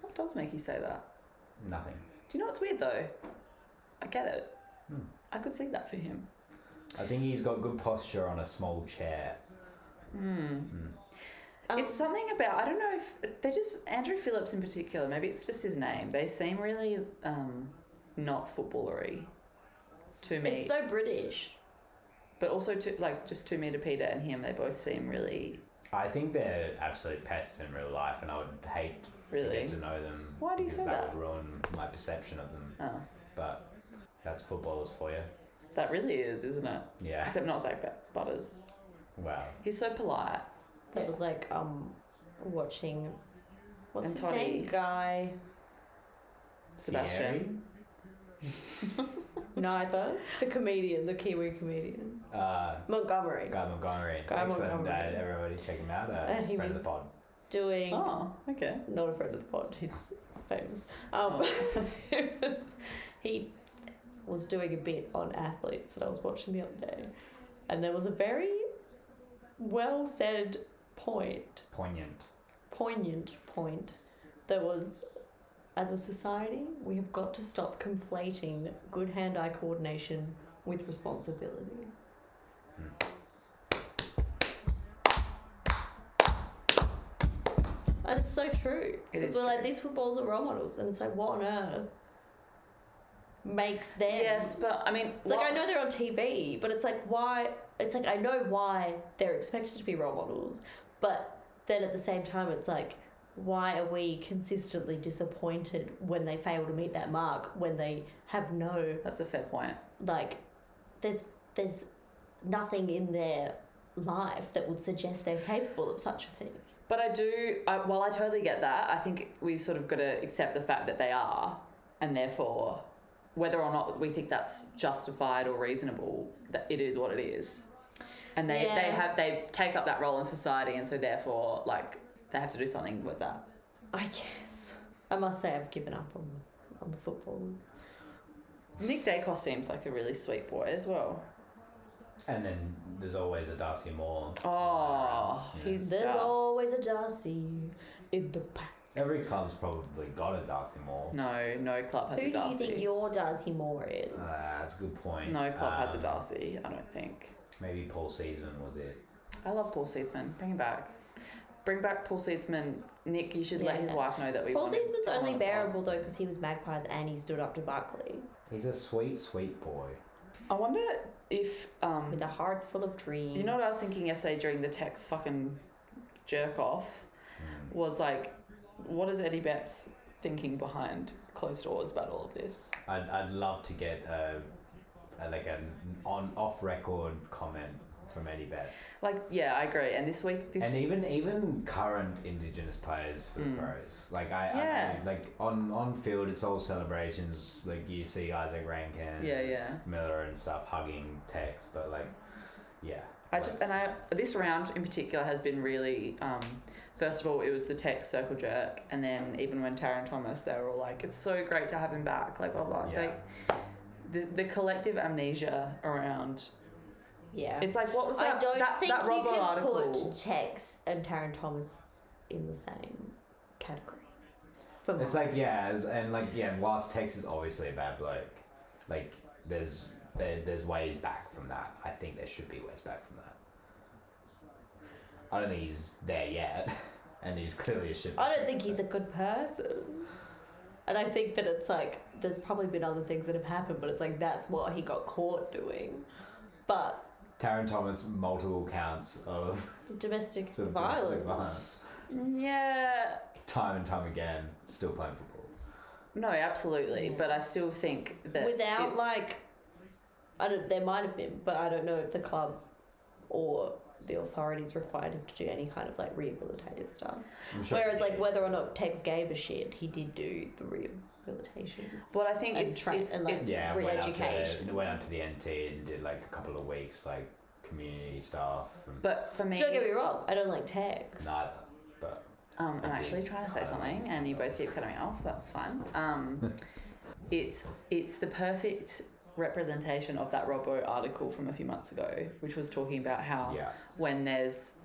Speaker 2: What does make you say that?
Speaker 1: Nothing.
Speaker 2: Do you know what's weird though? I get it.
Speaker 1: Hmm.
Speaker 2: I could see that for him.
Speaker 1: I think he's got good posture on a small chair.
Speaker 2: Hmm.
Speaker 1: Mm.
Speaker 3: Um,
Speaker 2: it's something about I don't know if they just Andrew Phillips in particular. Maybe it's just his name. They seem really um, not footballery to me,
Speaker 3: It's so British.
Speaker 2: but also to like just to me to Peter and him. They both seem really,
Speaker 1: I think they're absolute pests in real life, and I would hate to
Speaker 2: really.
Speaker 1: get to know them.
Speaker 2: Why do you
Speaker 1: because
Speaker 2: say
Speaker 1: that?
Speaker 2: that?
Speaker 1: would ruin my perception of them.
Speaker 2: Oh,
Speaker 1: But that's footballers for you.
Speaker 2: that really is, isn't it?
Speaker 1: Yeah.
Speaker 2: Except not Zach Bu- Butters.
Speaker 1: Wow.
Speaker 2: He's so polite.
Speaker 3: That was like um, watching. What's
Speaker 2: And
Speaker 3: his
Speaker 2: Toddy.
Speaker 3: name? Guy.
Speaker 2: Sebastian.
Speaker 3: Neither. The comedian, the Kiwi comedian.
Speaker 1: Uh,
Speaker 3: Montgomery.
Speaker 1: Guy Montgomery.
Speaker 3: Guy
Speaker 1: Excellent.
Speaker 3: Montgomery.
Speaker 1: Uh, everybody check him out. Uh,
Speaker 3: Uh, he
Speaker 1: friend of
Speaker 3: was-
Speaker 1: the pod.
Speaker 3: Doing.
Speaker 2: Oh, okay.
Speaker 3: not a friend of the pod. He's famous. Um, he was doing a bit on athletes that I was watching the other day, and there was a very well said point,
Speaker 1: Poignant.
Speaker 3: poignant point, that was. As a society, we have got to stop conflating good hand eye coordination with responsibility. And it's so true.
Speaker 2: It
Speaker 3: Because
Speaker 2: is
Speaker 3: we're like,
Speaker 2: true.
Speaker 3: these footballers are role models. And it's like, what on earth makes them?
Speaker 2: Yes, but I mean,
Speaker 3: It's like,
Speaker 2: what-
Speaker 3: I know they're on TV, but it's like, why? It's like, I know why they're expected to be role models. But then at the same time, it's like, why are we consistently disappointed when they fail to meet that mark, when they have no
Speaker 2: That's a fair point.
Speaker 3: like there's there's nothing in their life that would suggest they're capable of such a thing.
Speaker 2: But I do, I, while I totally get that, I think we sort of got to accept the fact that they are, and therefore, whether or not we think that's justified or reasonable, that it is what it is. And they, they
Speaker 3: Yeah.
Speaker 2: have they take up that role in society, and so therefore, like they have to do something with that.
Speaker 3: I guess. I must say I've given up on on the footballers.
Speaker 2: Nick Dacos seems like a really sweet boy as well.
Speaker 1: And then there's always a Darcy Moore.
Speaker 2: Oh,
Speaker 1: Yeah.
Speaker 2: he's
Speaker 3: There's
Speaker 2: just-
Speaker 3: always a Darcy in the pack.
Speaker 1: Every club's probably got a Darcy Moore.
Speaker 2: no no club has
Speaker 3: Who
Speaker 2: a
Speaker 3: do you
Speaker 2: Darcy.
Speaker 3: think your Darcy Moore is?
Speaker 1: Uh, that's a good point.
Speaker 2: no club has a
Speaker 1: Um,
Speaker 2: Darcy. I don't think.
Speaker 1: Maybe Paul Season was it.
Speaker 2: I love Paul Seedsman. Bring him back. Bring back Paul Seedsman. Nick, you should let his
Speaker 3: Yeah.
Speaker 2: wife know that we.
Speaker 3: Paul
Speaker 2: want him
Speaker 3: Seaman's
Speaker 2: on
Speaker 3: only
Speaker 2: the
Speaker 3: bearable though because he was Magpies and he stood up to Buckley
Speaker 1: He's a sweet, sweet boy.
Speaker 2: pod. I wonder if um,
Speaker 3: with a heart full of dreams.
Speaker 2: you know what I was thinking yesterday during the text fucking jerk off
Speaker 1: Mm.
Speaker 2: was like, what is Eddie Betts thinking behind closed doors about all of this?
Speaker 1: I'd, I'd love to get a, a like an on off record comment from Eddie Betts.
Speaker 2: Like, yeah, I agree. And this week, this
Speaker 1: and even even current Indigenous players for
Speaker 2: Mm.
Speaker 1: the Crows, like I,
Speaker 2: Yeah.
Speaker 1: I like on on field, it's all celebrations. Like you see Isaac Rankin,
Speaker 2: yeah, yeah.
Speaker 1: Miller and stuff hugging Tex, but like, yeah,
Speaker 2: I just and I this round in particular has been really. Um, first of all, it was the text circle jerk, and then even when Taryn Thomas, they were all like, "It's so great to have him back," like blah blah. It's
Speaker 1: Yeah.
Speaker 2: like the the collective amnesia around.
Speaker 3: Yeah.
Speaker 2: It's like what was that?
Speaker 3: I don't
Speaker 2: that,
Speaker 3: think
Speaker 2: that
Speaker 3: you
Speaker 2: Robbo
Speaker 3: can
Speaker 2: article.
Speaker 3: put Tex and Taryn Thomas in the same category. From
Speaker 1: It's like yeah, as, and like yeah, whilst Tex is obviously a bad bloke, like there's there, there's ways back from that. I think there should be ways back from that. I don't think he's there yet, and he's clearly a shit.
Speaker 3: I don't think he's a good person. And I think that it's like there's probably been other things that have happened, but it's like that's what he got caught doing. But
Speaker 1: Taryn Thomas multiple counts of
Speaker 3: domestic
Speaker 1: sort of
Speaker 3: violence.
Speaker 1: domestic violence.
Speaker 2: Yeah.
Speaker 1: time and time again, still playing football.
Speaker 2: No, absolutely. But I still think that
Speaker 3: without
Speaker 2: it's-
Speaker 3: like I don't there might have been, but I don't know if the club or the authorities required him to do any kind of like rehabilitative stuff.
Speaker 1: I'm sure
Speaker 3: Whereas like whether or not Tex gave a shit, he did do the rehabilitation.
Speaker 2: But I think
Speaker 3: and
Speaker 2: it's
Speaker 3: tra-
Speaker 2: it's,
Speaker 3: and, like,
Speaker 2: it's
Speaker 1: yeah, went up, to,
Speaker 3: re-education.
Speaker 1: went up to the NT and did like a couple of weeks, like community staff. And
Speaker 2: But for me,
Speaker 3: Don't get me wrong, I don't like Tex.
Speaker 1: neither, but
Speaker 2: Um, I'm
Speaker 1: I do.
Speaker 2: actually trying to say
Speaker 1: I
Speaker 2: something,
Speaker 1: understand
Speaker 2: and you
Speaker 1: that.
Speaker 2: both keep cutting me off. That's fine. Um, it's it's the perfect representation of that Robbo article from a few months ago, which was talking about how
Speaker 1: yeah,
Speaker 2: when there's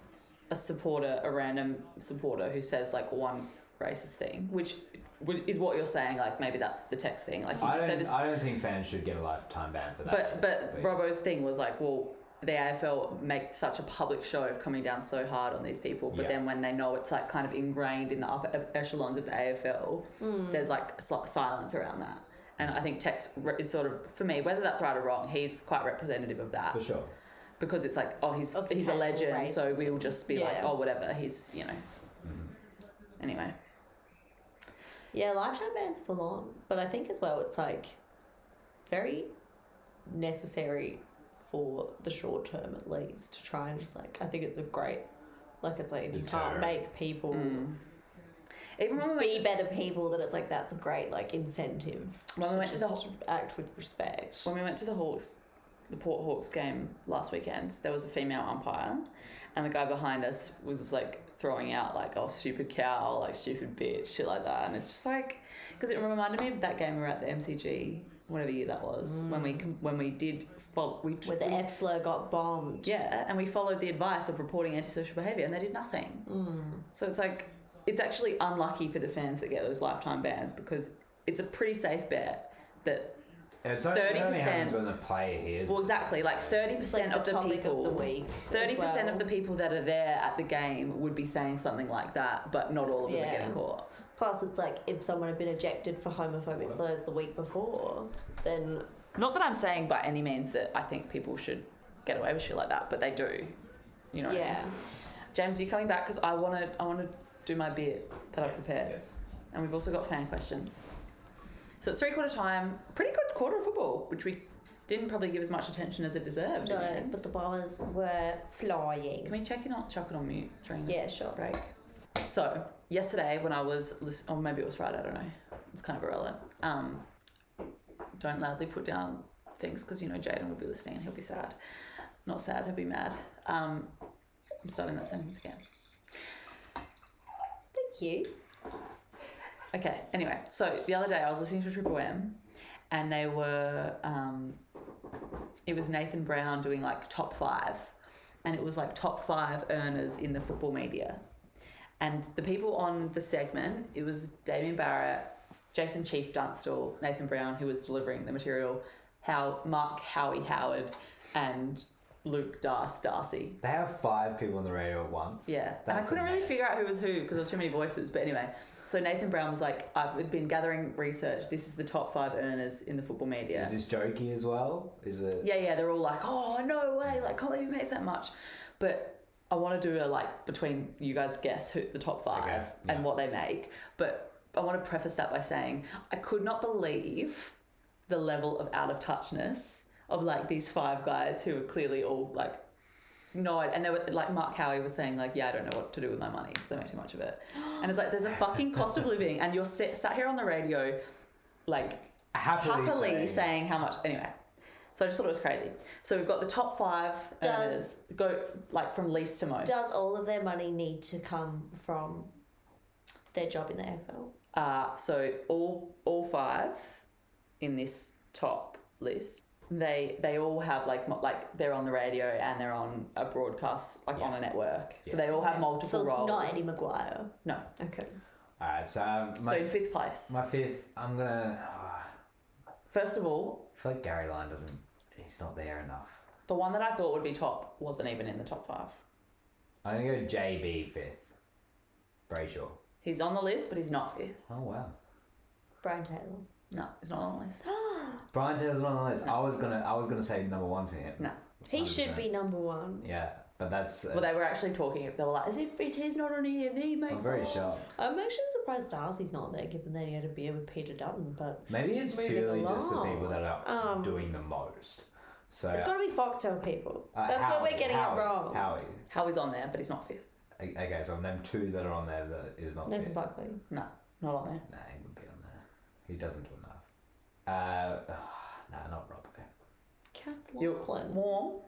Speaker 2: a supporter, a random supporter who says like one racist thing, which w- is what you're saying. Like maybe that's the text thing. Like you
Speaker 1: I
Speaker 2: just said
Speaker 1: don't.
Speaker 2: this,
Speaker 1: I don't think fans should get a lifetime ban for that.
Speaker 2: but but
Speaker 1: but-
Speaker 2: Robbo's thing was like, well. The AFL make such a public show of coming down so hard on these people, but
Speaker 1: Yeah.
Speaker 2: then when they know it's like kind of ingrained in the upper e-, echelons of the AFL, there's like sl- silence around that. And I think Tex re- is sort of, for me, whether that's right or wrong, he's quite representative of that
Speaker 1: for sure.
Speaker 2: because it's like, oh, he's
Speaker 3: Of the
Speaker 2: he's a
Speaker 3: casual
Speaker 2: legend, so we'll just be like,
Speaker 3: Yeah.
Speaker 2: oh, whatever, he's you know.
Speaker 1: Mm-hmm.
Speaker 2: Anyway,
Speaker 3: Yeah, lifetime ban's full on. But I think as well it's like very necessary for the short term at least to try and just like I think it's a great like it's like you can't
Speaker 1: Deterrent.
Speaker 3: make people
Speaker 2: Mm. even when we went
Speaker 3: be
Speaker 2: to,
Speaker 3: better people that it's like that's a great like incentive
Speaker 2: When we went to the
Speaker 3: just act with respect
Speaker 2: when we went to the Hawks, the Port Hawks game last weekend, there was a female umpire, and the guy behind us was like throwing out like, oh, stupid cow, like stupid bitch, shit like that, and it's just like, because it reminded me of that game we were at the MCG, whatever year that was, when we com- when we did fol- we
Speaker 3: where Mm. the
Speaker 2: we-
Speaker 3: F slur got bombed
Speaker 2: Yeah, and we followed the advice of reporting antisocial behaviour and they did nothing. So it's like, it's actually unlucky for the fans that get those lifetime bans because it's a pretty safe bet that,
Speaker 1: It's only, it only
Speaker 2: 30%
Speaker 1: happens when the player hears.
Speaker 2: well,
Speaker 1: it.
Speaker 2: exactly, like 30%
Speaker 3: It's like
Speaker 2: of the,
Speaker 3: topic
Speaker 2: people.
Speaker 3: of the week
Speaker 2: 30%
Speaker 3: as well.
Speaker 2: of the people that are there at the game would be saying something like that, but not all of them are
Speaker 3: Yeah.
Speaker 2: getting caught.
Speaker 3: plus it's like if someone had been ejected for homophobic slurs the week before then
Speaker 2: Not that I'm saying by any means that I think people should get away with shit like that, but they do. You know what I mean?
Speaker 3: yeah
Speaker 2: James, are you coming back? Because I want to I wanna do my bit that I
Speaker 1: Yes,
Speaker 2: prepared.
Speaker 1: yes.
Speaker 2: and we've also got fan questions. So it's three quarter time. Pretty good quarter of football, which we didn't probably give as much attention as it deserved. in the
Speaker 3: no
Speaker 2: end.
Speaker 3: but the bombers were flying
Speaker 2: Can we check in on chuck it on mute during the
Speaker 3: yeah sure
Speaker 2: break? So yesterday when I was lis- or maybe it was Friday, I don't know. It's kind of irrelevant. Um, don't loudly put down things because you know Jaden will be listening and he'll be sad. Not sad, he'll be mad. Um, I'm starting that sentence again.
Speaker 3: thank you
Speaker 2: Okay, anyway, so the other day I was listening to Triple M and they were, um, it was Nathan Brown doing like top five and it was like top five earners in the football media. And the people on the segment, it was Damien Barrett, Jason Chief Dunstall, Nathan Brown, who was delivering the material, how Mark Howie Howard and Luke Darce Darcy.
Speaker 1: They have five people on the radio at once.
Speaker 2: Yeah, and I
Speaker 1: That's a
Speaker 2: couldn't really
Speaker 1: mess.
Speaker 2: figure out who was who because there was too many voices. But anyway, so Nathan Brown was like, "I've been gathering research. This is the top five earners in the football media."
Speaker 1: Is this jokey as well? Is it?
Speaker 2: yeah, yeah, they're all like, "Oh no way! Like, can't believe you makes that much." But I want to do a like between you guys guess who the top five
Speaker 1: Okay,
Speaker 2: and
Speaker 1: yeah.
Speaker 2: what they make. But I want to preface that by saying I could not believe the level of out of touchness of like these five guys who are clearly all like no, and they were like Mark Howie was saying like, yeah, I don't know what to do with my money because I make too much of it, and it's like there's a fucking cost of living, and you're sit, sat here on the radio, like
Speaker 1: Happily,
Speaker 2: happily saying,
Speaker 1: saying.
Speaker 2: how much. Anyway, so I just thought it was crazy. So we've got the top five
Speaker 3: Does-
Speaker 2: earners go like from least to most.
Speaker 3: Does all of their money need to come from their job in the AFL?
Speaker 2: Uh, so all all five in this top list, they they all have like mo- like they're on the radio and they're on a broadcast like on a network. So they all have multiple
Speaker 3: So it's
Speaker 2: roles.
Speaker 3: not Eddie Maguire.
Speaker 2: No.
Speaker 3: Okay.
Speaker 1: All right, so um,
Speaker 2: so
Speaker 1: my
Speaker 2: in fifth place.
Speaker 1: my fifth, I'm gonna. ah,
Speaker 2: First of all,
Speaker 1: I feel like Gary Line doesn't. He's not there enough.
Speaker 2: the one that I thought would be top wasn't even in the top five.
Speaker 1: I'm gonna go JB fifth. Brayshaw.
Speaker 2: He's on the list, but he's not fifth.
Speaker 1: Oh wow.
Speaker 3: Brian Taylor.
Speaker 2: No, he's not on the list.
Speaker 1: Brian Taylor's not on the list. I was gonna I was gonna say number one for him.
Speaker 2: No.
Speaker 3: He should
Speaker 1: 100%.
Speaker 3: be number one.
Speaker 1: Yeah, but that's. Uh,
Speaker 2: Well, they were actually talking. They were like, "Is it? He's not on here. He makes."
Speaker 1: I'm very
Speaker 2: more."
Speaker 1: shocked.
Speaker 3: I'm actually surprised Darcy's not there, given that he had a beer with Peter Dutton. But
Speaker 1: Maybe it's
Speaker 3: Moving
Speaker 1: purely just the people
Speaker 3: along.
Speaker 1: that are
Speaker 3: Um,
Speaker 1: doing the most. So
Speaker 3: it's got to be Foxtel people.
Speaker 1: uh,
Speaker 3: That's where
Speaker 1: Howie,
Speaker 3: we're getting
Speaker 1: Howie,
Speaker 3: it wrong.
Speaker 1: Howie.
Speaker 2: How he's on there, but he's not fifth.
Speaker 1: O- Okay, so I've named two that are on there that is not.
Speaker 3: Nathan
Speaker 1: there.
Speaker 3: Buckley.
Speaker 2: No, not on there.
Speaker 1: Nah, he would be on there. He doesn't do enough. Uh, nah, not Robbo.
Speaker 3: Kath
Speaker 2: You-
Speaker 3: Lachlan.
Speaker 2: Warm,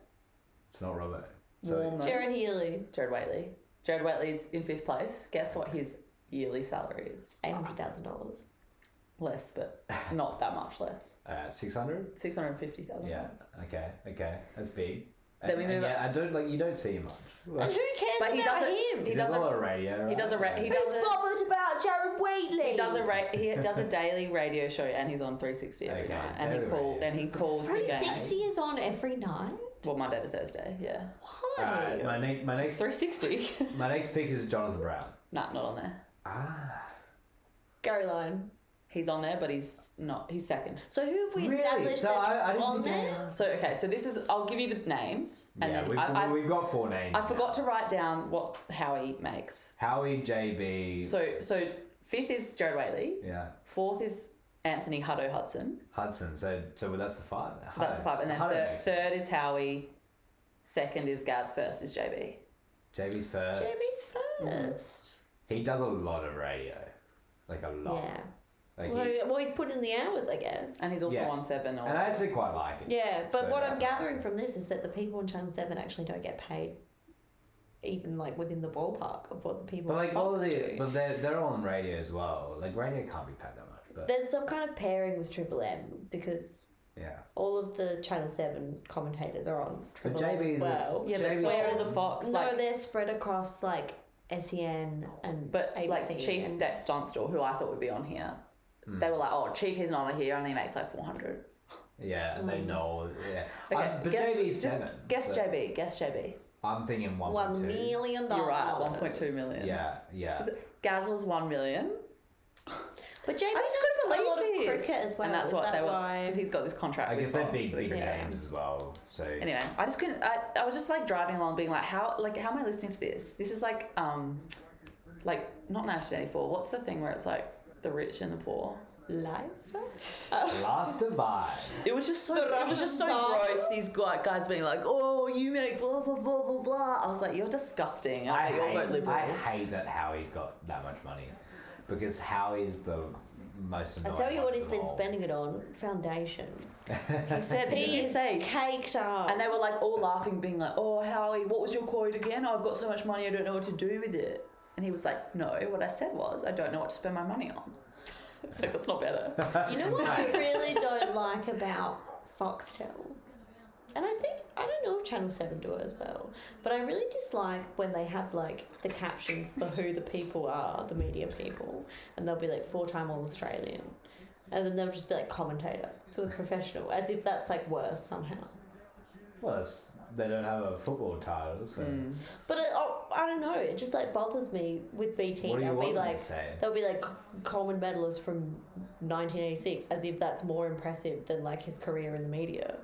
Speaker 1: It's not Robbo. So
Speaker 2: warm. though.
Speaker 3: Jared Healy.
Speaker 2: Jared Waitley. Jared Waitley's in fifth place. Guess what his yearly salary is?
Speaker 3: Eight hundred thousand dollars.
Speaker 2: Less, but not that much less.
Speaker 1: uh, six hundred.
Speaker 2: Six hundred fifty thousand.
Speaker 1: Yeah. Okay. Okay. That's big.
Speaker 2: Then we
Speaker 1: And- and
Speaker 2: move
Speaker 1: yeah, I don't like you don't see him much.
Speaker 3: And
Speaker 1: Like,
Speaker 3: who cares
Speaker 2: But he
Speaker 3: about
Speaker 2: doesn't-
Speaker 3: him?
Speaker 2: he
Speaker 1: he does a
Speaker 2: doesn't-
Speaker 1: lot of radio. Right?
Speaker 2: He does a ra-
Speaker 1: Yeah.
Speaker 2: he does
Speaker 3: Who's
Speaker 2: a
Speaker 3: bothered about Jared Wheatley?
Speaker 2: he does a ra- he does a daily radio show and he's on three sixty every
Speaker 1: Okay,
Speaker 2: night and he
Speaker 1: daily
Speaker 2: call
Speaker 1: radio.
Speaker 2: and he calls the game.
Speaker 3: Sixty is on every night.
Speaker 2: Well, Monday to Thursday, yeah.
Speaker 1: All
Speaker 3: Why?
Speaker 1: right. My next my next
Speaker 2: Three sixty.
Speaker 1: my next pick is Jonathan Brown.
Speaker 2: nah, not on there.
Speaker 1: Ah.
Speaker 3: Go line.
Speaker 2: He's on there, but he's not. He's second.
Speaker 3: So who have we
Speaker 1: Really?
Speaker 3: established
Speaker 1: So
Speaker 3: that
Speaker 1: I, I didn't
Speaker 3: on
Speaker 1: think they
Speaker 3: there?
Speaker 1: are.
Speaker 2: So okay, so this is. I'll give you the names and
Speaker 1: yeah,
Speaker 2: then
Speaker 1: we've,
Speaker 2: I, I,
Speaker 1: we've got four names.
Speaker 2: I forgot to write down what Howie makes.
Speaker 1: Howie, JB,
Speaker 2: So so fifth is Jared Waitley.
Speaker 1: yeah,
Speaker 2: Fourth is Anthony Hutto Hudson.
Speaker 1: Hudson. So, so that's the five.
Speaker 2: So that's the five. And then
Speaker 1: Hutto
Speaker 2: third,
Speaker 1: makes it.
Speaker 2: third is Howie. Second is Gaz. First is JB.
Speaker 1: JB's first.
Speaker 3: Jamie's first.
Speaker 1: He does a lot of radio, like a lot.
Speaker 3: Yeah.
Speaker 1: Like
Speaker 3: Well,
Speaker 1: Mm. he,
Speaker 3: well, he's put in the hours, I guess.
Speaker 2: And he's also
Speaker 1: Yeah.
Speaker 2: on seven. Or,
Speaker 1: and I actually quite like it.
Speaker 3: yeah, but
Speaker 1: So
Speaker 3: what I'm
Speaker 1: that's all right.
Speaker 3: gathering from this is that the people in Channel Seven actually don't get paid, even like within the ballpark of what the people.
Speaker 1: But
Speaker 3: on
Speaker 1: like all of
Speaker 3: Fox
Speaker 1: the,
Speaker 3: do.
Speaker 1: but they're they're all on radio as well. Like radio can't be paid that much, but
Speaker 3: There's some kind of pairing with Triple M because
Speaker 1: yeah.
Speaker 3: all of the Channel Seven commentators are on
Speaker 1: But
Speaker 3: Triple M
Speaker 1: JB
Speaker 3: as
Speaker 1: is a s-
Speaker 3: well.
Speaker 2: yeah, but
Speaker 1: JB's
Speaker 2: where
Speaker 3: first.
Speaker 2: is the Fox?
Speaker 3: no,
Speaker 2: like,
Speaker 3: they're spread across like SEN and
Speaker 2: but
Speaker 3: ABC
Speaker 2: like Chief
Speaker 3: and-
Speaker 2: De- Dunstall, who I thought would be on here,
Speaker 1: Hmm.
Speaker 2: they were like, "Oh, Chief isn't on here. Only makes like 400."
Speaker 1: yeah, and they know. Yeah,
Speaker 2: Mm. Okay,
Speaker 1: Um, but
Speaker 2: guess,
Speaker 1: JB's
Speaker 2: just
Speaker 1: seven.
Speaker 2: Guess
Speaker 1: so
Speaker 2: JB. Guess JB.
Speaker 1: I'm thinking one,
Speaker 3: one
Speaker 1: two.
Speaker 3: million dollars.
Speaker 2: You're right. 1.2 million.
Speaker 1: Yeah, yeah.
Speaker 2: Gaz was one million.
Speaker 3: But JB
Speaker 2: I
Speaker 3: knows
Speaker 2: just couldn't
Speaker 3: a
Speaker 2: believe
Speaker 3: lot
Speaker 2: this.
Speaker 3: of cricket as well.
Speaker 2: And that's
Speaker 3: Is
Speaker 2: what
Speaker 3: that
Speaker 2: they were
Speaker 3: why-
Speaker 2: because he's got this contract.
Speaker 1: I
Speaker 2: with
Speaker 1: guess they're
Speaker 2: Fox
Speaker 1: big,
Speaker 2: for the
Speaker 1: big
Speaker 2: cricket.
Speaker 3: Yeah.
Speaker 1: names as well. So
Speaker 2: Anyway, I just couldn't. I, I was just like driving along, being like, how like how am I listening to this? This is like um, like not 1984. What's the thing where it's like the rich and the poor?
Speaker 3: life. Oh,
Speaker 1: last divide.
Speaker 2: It was just so. It was just so
Speaker 3: Russian
Speaker 2: gross. These gu- guys being like, oh, you make blah blah blah blah blah. I was like, you're disgusting. And I,
Speaker 1: I
Speaker 2: think you're vote
Speaker 1: hate,
Speaker 2: liberal.
Speaker 1: I hate that Howie's got that much money because Howie's the most
Speaker 3: I
Speaker 1: annoying.
Speaker 3: tell you
Speaker 1: one
Speaker 3: what,
Speaker 1: of
Speaker 3: he's
Speaker 1: them
Speaker 3: been
Speaker 1: all.
Speaker 3: spending it on foundation.
Speaker 2: he said he
Speaker 3: He
Speaker 2: did
Speaker 3: is
Speaker 2: say.
Speaker 3: caked up.
Speaker 2: And they were like all laughing, being like, "Oh, Howie, what was your quote again? I've got so much money, I don't know what to do with it." And he was like, "No, what I said was, I don't know what to spend my money on." It's like that's not better.
Speaker 3: You know what I really don't like about Foxtel? And I think, I don't know if Channel 7 do it as well, but I really dislike when they have like the captions for who the people are, the media people, and they'll be like four time All Australian. And then they'll just be like commentator for the professional, as if that's like worse somehow.
Speaker 1: Well, it's, they don't have a football title, so
Speaker 2: Mm.
Speaker 3: But it, oh, I don't know, it just like bothers me with BT.
Speaker 1: what do you
Speaker 3: They'll
Speaker 1: want
Speaker 3: be
Speaker 1: them
Speaker 3: like,
Speaker 1: to say?
Speaker 3: They'll be like Coleman medalist from 1986, as if that's more impressive than like his career in the media.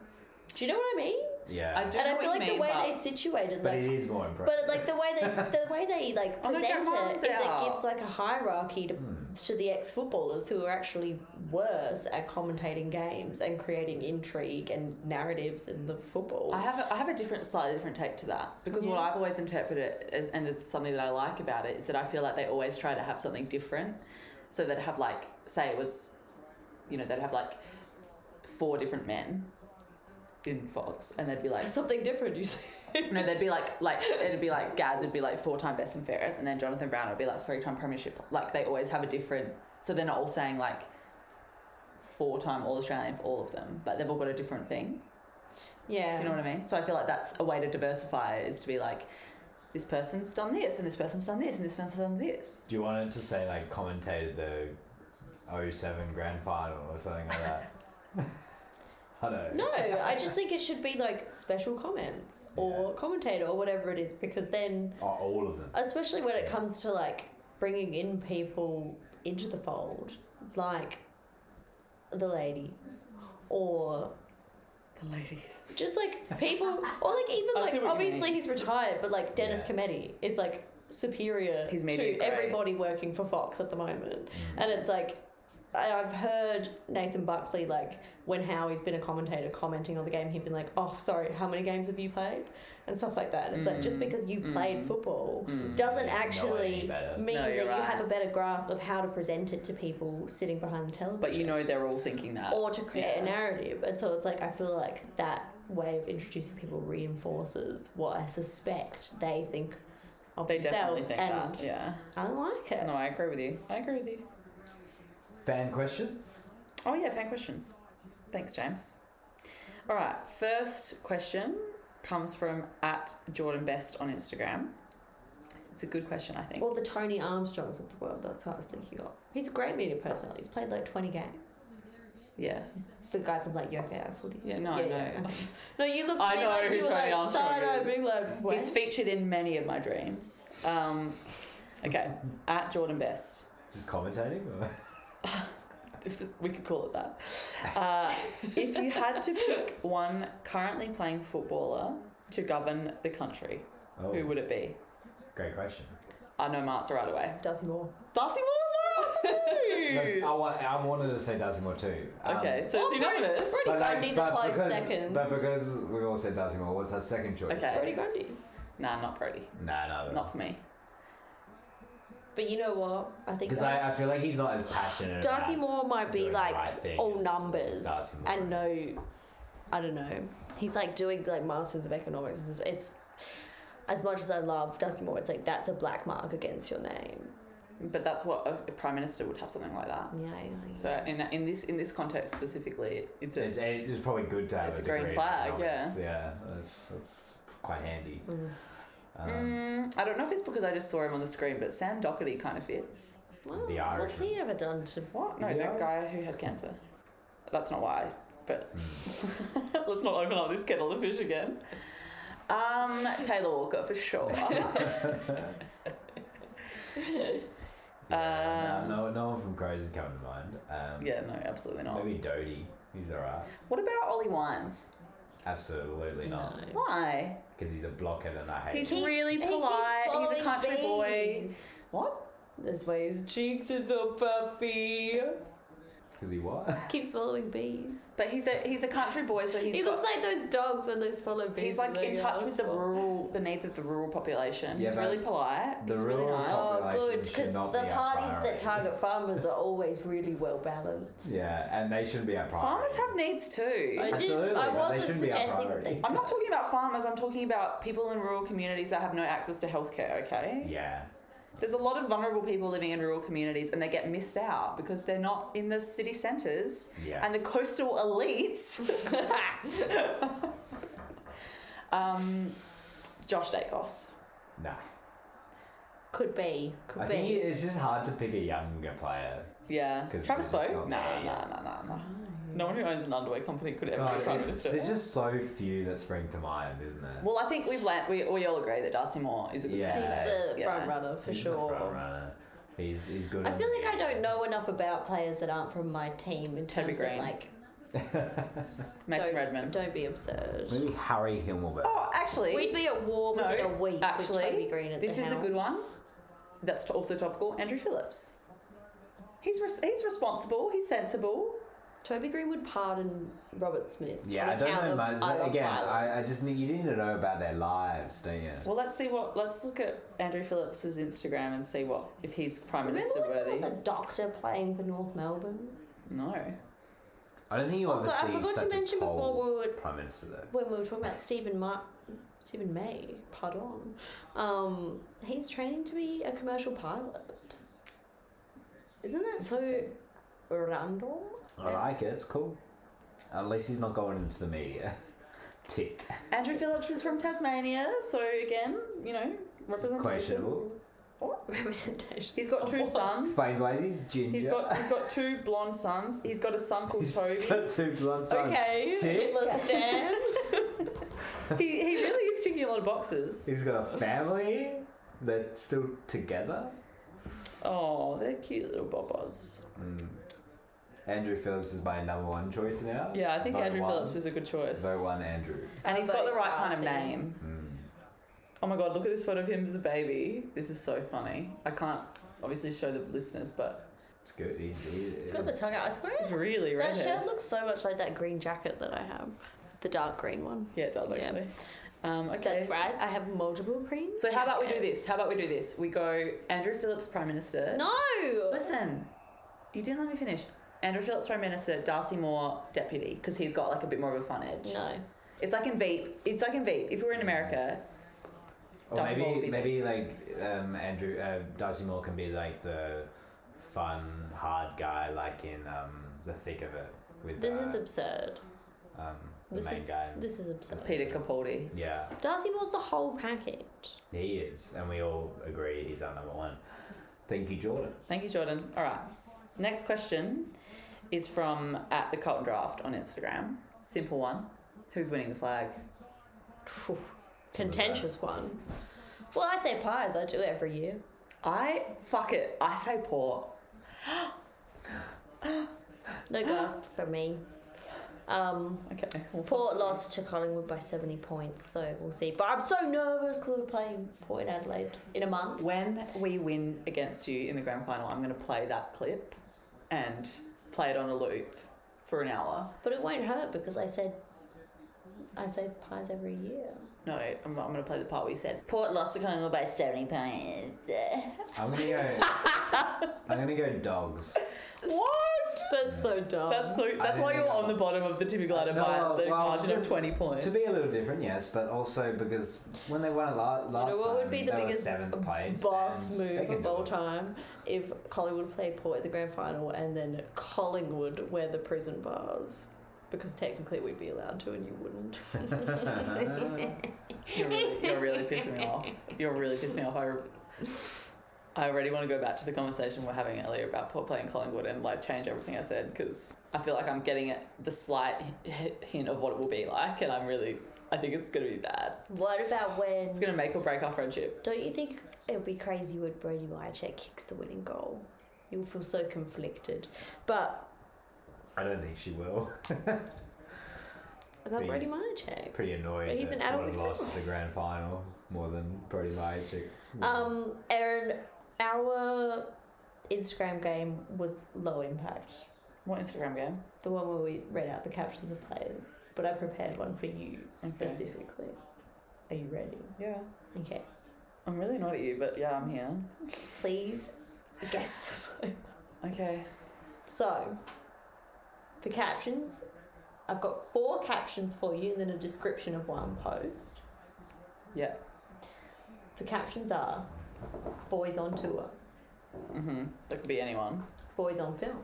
Speaker 3: Do you know what I mean?
Speaker 1: Yeah.
Speaker 2: I do
Speaker 3: and
Speaker 2: know
Speaker 3: I
Speaker 2: what
Speaker 3: feel
Speaker 2: you
Speaker 3: like
Speaker 2: mean,
Speaker 3: the way
Speaker 2: but-
Speaker 3: they situated,
Speaker 1: but
Speaker 3: like,
Speaker 1: it is more impressive.
Speaker 3: but like the way they the way they like
Speaker 2: Oh, no, Jack
Speaker 3: present it
Speaker 2: Martin's
Speaker 3: is it
Speaker 2: out.
Speaker 3: gives like a hierarchy to
Speaker 1: Hmm.
Speaker 3: to the ex footballers who are actually worse at commentating games and creating intrigue and narratives in the football.
Speaker 2: I have a, I have a different, slightly different take to that because what
Speaker 3: Yeah.
Speaker 2: I've always interpreted it as, and it's something that I like about it is that I feel like they always try to have something different, so they'd have like say it was, you know, they'd have like four different men in Fox, and they'd be like.
Speaker 3: Something different, you say.
Speaker 2: No, they'd be like, like it'd be like Gaz would be like four-time best and fairest, and then Jonathan Brown would be like three-time premiership. Like they always have a different, so they're not all saying like four-time All Australian for all of them. Like they've all got a different thing.
Speaker 3: Yeah.
Speaker 2: Do you know what I mean? So I feel like that's a way to diversify is to be like, this person's done this, and this person's done this, and this person's done this.
Speaker 1: Do you want it to say like commentated the 07 grand final or something like that? I don't know.
Speaker 3: No, I just think it should be like special comments or commentator or whatever it is because then
Speaker 1: Oh, all of them.
Speaker 3: especially when it comes to like bringing in people into the fold like the ladies or
Speaker 2: The ladies.
Speaker 3: just like people or like even
Speaker 2: I see what
Speaker 3: like
Speaker 2: you
Speaker 3: obviously
Speaker 2: mean.
Speaker 3: he's retired but like dennis
Speaker 1: Yeah.
Speaker 3: cometti is like superior
Speaker 2: He's
Speaker 3: to
Speaker 2: media grade.
Speaker 3: everybody working for fox at the moment
Speaker 1: Hmm.
Speaker 3: and it's like I- I've heard Nathan Buckley like when Howie's been a commentator commenting on the game, he'd been like, "Oh, sorry, how many games have you played?" and stuff like that. And it's like
Speaker 2: Mm.
Speaker 3: just because you played football doesn't
Speaker 1: mean you know any
Speaker 3: actually
Speaker 1: better.
Speaker 3: mean
Speaker 2: No,
Speaker 3: that
Speaker 2: you're
Speaker 3: you
Speaker 2: right.
Speaker 3: have a better grasp of how to present it to people sitting behind the television
Speaker 2: But you know they're all thinking that.
Speaker 3: or to create
Speaker 2: Yeah.
Speaker 3: a narrative. And so it's like I feel like that way of introducing people reinforces what I suspect they think of
Speaker 2: They definitely
Speaker 3: themselves,
Speaker 2: think
Speaker 3: and
Speaker 2: that. Yeah.
Speaker 3: I don't like it.
Speaker 2: No, I agree with you. I agree with you.
Speaker 1: Fan questions?
Speaker 2: Oh yeah, fan questions. Thanks, James. All right, first question comes from at Jordan Best on Instagram. It's a good question, I think.
Speaker 3: Or the Tony Armstrongs of the world. That's what I was thinking of. He's a great media personality. He's played like twenty games.
Speaker 2: Yeah.
Speaker 3: The guy from like Yoko Out Footy.
Speaker 2: Yeah, no, I know.
Speaker 3: okay. No, you look.
Speaker 2: I
Speaker 3: at me
Speaker 2: know
Speaker 3: like,
Speaker 2: who
Speaker 3: you were
Speaker 2: Tony
Speaker 3: like,
Speaker 2: Armstrong
Speaker 3: side-eye
Speaker 2: is.
Speaker 3: being like, "What?"
Speaker 2: He's featured in many of my dreams. Um, okay, at Jordan Best.
Speaker 1: Just commentating? Or?
Speaker 2: if we could call it that. Uh, if you had to pick one currently playing footballer to govern the country,
Speaker 1: Oh,
Speaker 2: who would it be?
Speaker 1: great question.
Speaker 2: I know Mart's right away.
Speaker 3: Darcy Moore.
Speaker 2: Darcy Moore
Speaker 1: No,
Speaker 2: was
Speaker 1: I,
Speaker 2: one.
Speaker 1: wa- I wanted to say Darcy Moore too. Um,
Speaker 2: Okay, so
Speaker 3: Oh,
Speaker 2: it's unanimous.
Speaker 3: Brody
Speaker 1: but like-
Speaker 3: Grundy's a
Speaker 1: but
Speaker 3: close
Speaker 1: because,
Speaker 3: second.
Speaker 1: But because we all said Darcy Moore, what's our second choice?
Speaker 2: Okay.
Speaker 3: Brody Grundy.
Speaker 2: Nah, not Brody.
Speaker 1: Nah, no.
Speaker 2: Not for me.
Speaker 3: But you know what? I think
Speaker 1: Because I, I feel like he's not as passionate.
Speaker 3: Darcy
Speaker 1: about-
Speaker 3: Moore might be
Speaker 1: doing the
Speaker 3: like
Speaker 1: right thing
Speaker 3: all
Speaker 1: is- is
Speaker 3: numbers
Speaker 1: Darcy Moore.
Speaker 3: and no, I don't know. He's like doing like masters of economics. It's, it's as much as I love Darcy Moore. It's like that's a black mark against your name.
Speaker 2: But that's what a, a prime minister would have something like that.
Speaker 3: Yeah. yeah, yeah.
Speaker 2: So in, in this in this context specifically, it's a
Speaker 1: It's, it's probably good to have
Speaker 2: It's
Speaker 1: a
Speaker 2: a green
Speaker 1: degree in
Speaker 2: flag,
Speaker 1: economics. Yeah, that's, that's quite handy.
Speaker 3: Mm.
Speaker 1: Um,
Speaker 2: Mm, I don't know if it's because I just saw him on the screen, but Sam Doherty kind of fits.
Speaker 3: Well,
Speaker 1: The
Speaker 3: what's
Speaker 1: Irishman.
Speaker 3: he ever done to?
Speaker 2: What? No,
Speaker 1: Is
Speaker 2: the
Speaker 1: he Irish?
Speaker 2: guy who had cancer. That's not why, but
Speaker 1: Hmm.
Speaker 2: let's not open up this kettle of fish again. Um, Taylor Walker for sure.
Speaker 1: Yeah,
Speaker 2: Um,
Speaker 1: no, no, no one from Crows is coming to mind. Um,
Speaker 2: yeah, no, absolutely not.
Speaker 1: Maybe Doty. He's alright.
Speaker 2: What about Ollie Wines?
Speaker 1: Absolutely not.
Speaker 3: No.
Speaker 2: Why?
Speaker 1: Because he's a blockhead and I hate
Speaker 2: He's
Speaker 1: him.
Speaker 2: really polite. He's a
Speaker 3: swallowing
Speaker 2: country boy.
Speaker 3: beans.
Speaker 2: What?
Speaker 3: That's why his cheeks are so puffy.
Speaker 1: 'Cause he what?
Speaker 3: Keeps swallowing bees.
Speaker 2: But he's a he's a country boy, so he's
Speaker 3: he
Speaker 2: got,
Speaker 3: looks like those dogs when they swallow bees.
Speaker 2: he's
Speaker 3: and
Speaker 2: like
Speaker 3: they
Speaker 2: in
Speaker 3: go,
Speaker 2: touch with the
Speaker 3: "Oh,
Speaker 2: rural the needs of the rural population.
Speaker 1: Yeah,
Speaker 2: he's
Speaker 1: but
Speaker 2: really polite.
Speaker 1: the
Speaker 2: he's really
Speaker 1: rural
Speaker 2: nice.
Speaker 1: pop-
Speaker 3: Oh,
Speaker 1: population
Speaker 3: good,
Speaker 1: should
Speaker 3: because
Speaker 1: not
Speaker 3: the
Speaker 1: be our
Speaker 3: parties that
Speaker 1: priority.
Speaker 3: target farmers are always really well balanced.
Speaker 1: yeah, and they shouldn't be our priority.
Speaker 2: Farmers have needs too.
Speaker 3: Oh. I
Speaker 1: Absolutely,
Speaker 3: I
Speaker 1: but they
Speaker 3: wasn't
Speaker 1: shouldn't be our
Speaker 3: suggesting that
Speaker 1: priority.
Speaker 3: they.
Speaker 2: I'm not talking about farmers, I'm talking about people in rural communities that have no access to healthcare, okay?
Speaker 1: Yeah.
Speaker 2: There's a lot of vulnerable people living in rural communities and they get missed out because they're not in the city centres
Speaker 1: Yeah.
Speaker 2: and the coastal elites. um, Josh Dacos.
Speaker 1: Nah.
Speaker 3: Could be. Could
Speaker 1: I
Speaker 3: be.
Speaker 1: think it's just hard to pick a younger player.
Speaker 2: Yeah.
Speaker 1: 'Cause
Speaker 2: Travis
Speaker 1: they're just
Speaker 2: Bowe?
Speaker 1: not
Speaker 2: Nah,
Speaker 1: there
Speaker 2: nah,
Speaker 1: yet.
Speaker 2: nah, nah, nah. No one who owns an underwear company could ever be
Speaker 1: God,
Speaker 2: prime
Speaker 1: it-
Speaker 2: minister.
Speaker 1: there's just so few that spring to mind, isn't there?
Speaker 2: Well, I think we've learnt, we, we all agree that Darcy Moore is a good
Speaker 1: Yeah.
Speaker 2: candidate.
Speaker 3: He's the
Speaker 2: Yeah.
Speaker 3: front runner for
Speaker 1: he's the
Speaker 3: sure.
Speaker 1: front runner. He's, he's good.
Speaker 3: I
Speaker 1: on-
Speaker 3: feel like I don't know enough about players that aren't from my team in
Speaker 2: Toby
Speaker 3: terms of
Speaker 2: Green.
Speaker 3: like
Speaker 2: Mason
Speaker 3: Don't-
Speaker 2: Redmond.
Speaker 3: Don't be absurd.
Speaker 1: Maybe Harry Himmelberg.
Speaker 2: Oh, actually,
Speaker 3: We'd be at war
Speaker 2: No,
Speaker 3: within a week. with
Speaker 2: actually,
Speaker 3: Toby Green at
Speaker 2: this
Speaker 3: the
Speaker 2: is a
Speaker 3: helm.
Speaker 2: good one. That's also topical. Andrew Phillips. He's res- he's responsible. He's sensible.
Speaker 3: Toby Green would pardon Robert Smith.
Speaker 1: Yeah,
Speaker 3: on
Speaker 1: I don't
Speaker 3: account
Speaker 1: know
Speaker 3: of
Speaker 1: much.
Speaker 3: I Love
Speaker 1: Again,
Speaker 3: Violet.
Speaker 1: I, I just need you need to know about their lives, don't you?
Speaker 2: Well, let's see what. Let's look at Andrew Phillips's Instagram and see what if he's prime
Speaker 3: Remember
Speaker 2: minister
Speaker 3: when there
Speaker 2: worthy.
Speaker 3: was a doctor playing for North Melbourne?
Speaker 2: No.
Speaker 1: I don't think you
Speaker 3: Also,
Speaker 1: ever
Speaker 3: I
Speaker 1: see
Speaker 3: forgot
Speaker 1: such
Speaker 3: to
Speaker 1: a
Speaker 3: mention
Speaker 1: cold
Speaker 3: before we were
Speaker 1: prime minister though.
Speaker 3: when we were talking about Stephen Mar- Stephen May, pardon, um, he's training to be a commercial pilot. Isn't that so
Speaker 2: Interesting.
Speaker 3: random?
Speaker 1: I like it. It's cool. At least he's not going into the media. Tick.
Speaker 2: Andrew Phillips is from Tasmania, so again, you know, representation.
Speaker 1: Questionable.
Speaker 3: Representation.
Speaker 2: He's got two sons.
Speaker 1: Explains why he's ginger.
Speaker 2: He's got he's got two blonde sons. He's got a son called
Speaker 1: He's
Speaker 2: Toby.
Speaker 1: got two blonde sons.
Speaker 3: Okay,
Speaker 1: Tick.
Speaker 3: let's stand.
Speaker 2: he, he really is ticking a lot of boxes.
Speaker 1: He's got a family. They're still together.
Speaker 2: Oh, they're cute little bobbas.
Speaker 1: Mm. Andrew Phillips is my number one choice now.
Speaker 2: Yeah, I think
Speaker 1: Vote
Speaker 2: Andrew
Speaker 1: one.
Speaker 2: Phillips is a good choice.
Speaker 1: Vote one, Andrew.
Speaker 2: And he's got the right kind of
Speaker 3: Darcy.
Speaker 2: name.
Speaker 1: Mm.
Speaker 2: Oh my god, look at this photo of him as a baby. This is so funny. I can't obviously show the listeners, but
Speaker 1: It's good. He's, he's,
Speaker 3: It's got the tongue out. I swear,
Speaker 2: it's really
Speaker 3: that
Speaker 2: red.
Speaker 3: shirt looks so much like that green jacket that I have, the dark green one.
Speaker 2: Yeah, it does
Speaker 3: Yeah.
Speaker 2: actually. Um, okay.
Speaker 3: That's right. I have multiple greens.
Speaker 2: So how about we do this? How about we do this? We go Andrew Phillips Prime Minister.
Speaker 3: No.
Speaker 2: Listen, you didn't let me finish. Andrew Phillips Prime Minister, Darcy Moore Deputy, because he's got like a bit more of a fun edge.
Speaker 3: No.
Speaker 2: It's like in Veep. It's like in Veep. If we were in America,
Speaker 1: Or
Speaker 2: Darcy Moore would
Speaker 1: maybe
Speaker 2: be
Speaker 1: maybe like um, Andrew uh, Darcy Moore can be like the fun hard guy, like in um, the thick of it with
Speaker 3: This
Speaker 1: uh,
Speaker 3: is absurd.
Speaker 1: um, the
Speaker 3: this
Speaker 1: main
Speaker 3: is-
Speaker 1: guy.
Speaker 3: This is absurd.
Speaker 2: Peter Capaldi.
Speaker 1: yeah,
Speaker 3: Darcy Moore's the whole package.
Speaker 1: he is, and we all agree he's our number one. Thank you, Jordan.
Speaker 2: Thank you, Jordan. All right. Next question is from at the Colton Draft on Instagram. Simple one. Who's winning the flag?
Speaker 3: Phew. Contentious one. Well, I say pies. I do it every year.
Speaker 2: I fuck it. I say poor.
Speaker 3: No gasp for me. Um,
Speaker 2: Okay. well,
Speaker 3: Port lost to Collingwood by 70 points, so we'll see. But I'm so nervous because we're playing Port Adelaide in a month.
Speaker 2: When we win against you in the grand final, I'm going to play that clip and play it on a loop for an hour.
Speaker 3: But it won't hurt because I said I say pies every year.
Speaker 2: No, I'm, I'm going to play the part where you said Port lost to Collingwood by 70 points.
Speaker 1: I'm gonna go. I'm gonna go dogs.
Speaker 2: what?
Speaker 3: That's so dumb.
Speaker 2: That's so. That's
Speaker 1: didn't
Speaker 2: why you're
Speaker 1: know.
Speaker 2: on the bottom of the Timmy Glider
Speaker 1: No,
Speaker 2: by
Speaker 1: well,
Speaker 2: the
Speaker 1: well,
Speaker 2: margin
Speaker 1: just-
Speaker 2: of 20 points.
Speaker 1: To be a little different, yes, but also because when they won it la- last
Speaker 3: you know what
Speaker 1: time,
Speaker 3: would be the
Speaker 1: they were
Speaker 3: biggest
Speaker 1: seventh place.
Speaker 3: boss
Speaker 1: and they
Speaker 3: move
Speaker 1: can
Speaker 3: of
Speaker 1: do
Speaker 3: all
Speaker 1: it.
Speaker 3: time if Collingwood play Port at the grand final and then Collingwood wear the prison bars? Because technically we'd be allowed to and you wouldn't.
Speaker 2: You're really, you're really pissing me off. You're really pissing me off. I, I already want to go back to the conversation we we're having earlier about Port playing Collingwood and like change everything I said because I feel like I'm getting it the slight hi- hint of what it will be like, and I'm really. I think it's gonna be bad.
Speaker 3: What about
Speaker 2: It's
Speaker 3: when?
Speaker 2: gonna make or break our friendship.
Speaker 3: Don't you think it would be crazy when Brody Wycheck kicks the winning goal? You'll feel so conflicted. But
Speaker 1: I don't think she will.
Speaker 3: about
Speaker 1: Be-
Speaker 3: Brody Wycheck.
Speaker 1: Pretty annoyed.
Speaker 3: But he's
Speaker 1: that
Speaker 3: an adult
Speaker 1: Jordan
Speaker 3: with
Speaker 1: lost the grand final more than Brody Majek.
Speaker 3: Um, Aaron, our Instagram game was low impact.
Speaker 2: What Instagram game?
Speaker 3: The one where we read out the captions of players, but I prepared one for you specifically. Are you ready?
Speaker 2: Yeah.
Speaker 3: Okay.
Speaker 2: I'm really not at you, but yeah, I'm here.
Speaker 3: Please guess the vote.
Speaker 2: Okay.
Speaker 3: So, the captions. I've got four captions for you and then a description of one post.
Speaker 2: Yeah.
Speaker 3: The captions are Boys on Tour,
Speaker 2: Mm-hmm. That could be anyone.
Speaker 3: Boys on Film,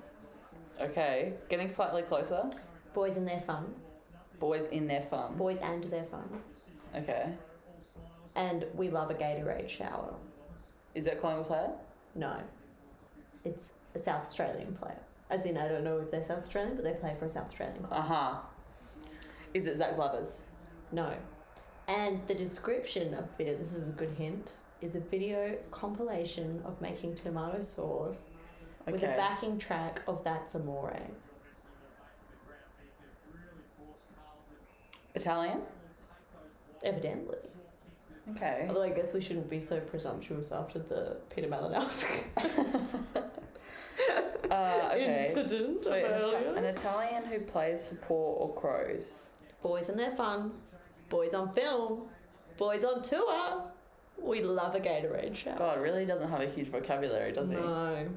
Speaker 2: Okay. Getting slightly closer.
Speaker 3: Boys and Their Fun,
Speaker 2: Boys in their fun.
Speaker 3: Boys and Their Fun,
Speaker 2: Okay.
Speaker 3: and We Love a Gatorade Shower.
Speaker 2: Is that Collingwood player?
Speaker 3: No. It's a South Australian player. As in, I don't know if they're South Australian, but they play for a South Australian club.
Speaker 2: Uh huh. Is it Zach Glovers?
Speaker 3: No. And the description of the video, this is a good hint, is a video compilation of making tomato sauce with a
Speaker 2: Okay.
Speaker 3: backing track of That's Amore.
Speaker 2: Italian?
Speaker 3: Evidently.
Speaker 2: Okay.
Speaker 3: Although I guess we shouldn't be so presumptuous after the Peter Malinowski
Speaker 2: Uh, okay.
Speaker 3: incident.
Speaker 2: So, an, Ita-
Speaker 3: earlier.
Speaker 2: an Italian who plays for Paw or Crows.
Speaker 3: Boys and their fun. Boys on film. Boys on tour. We love a Gatorade shower.
Speaker 2: God, really doesn't have a huge vocabulary, does he?
Speaker 3: no.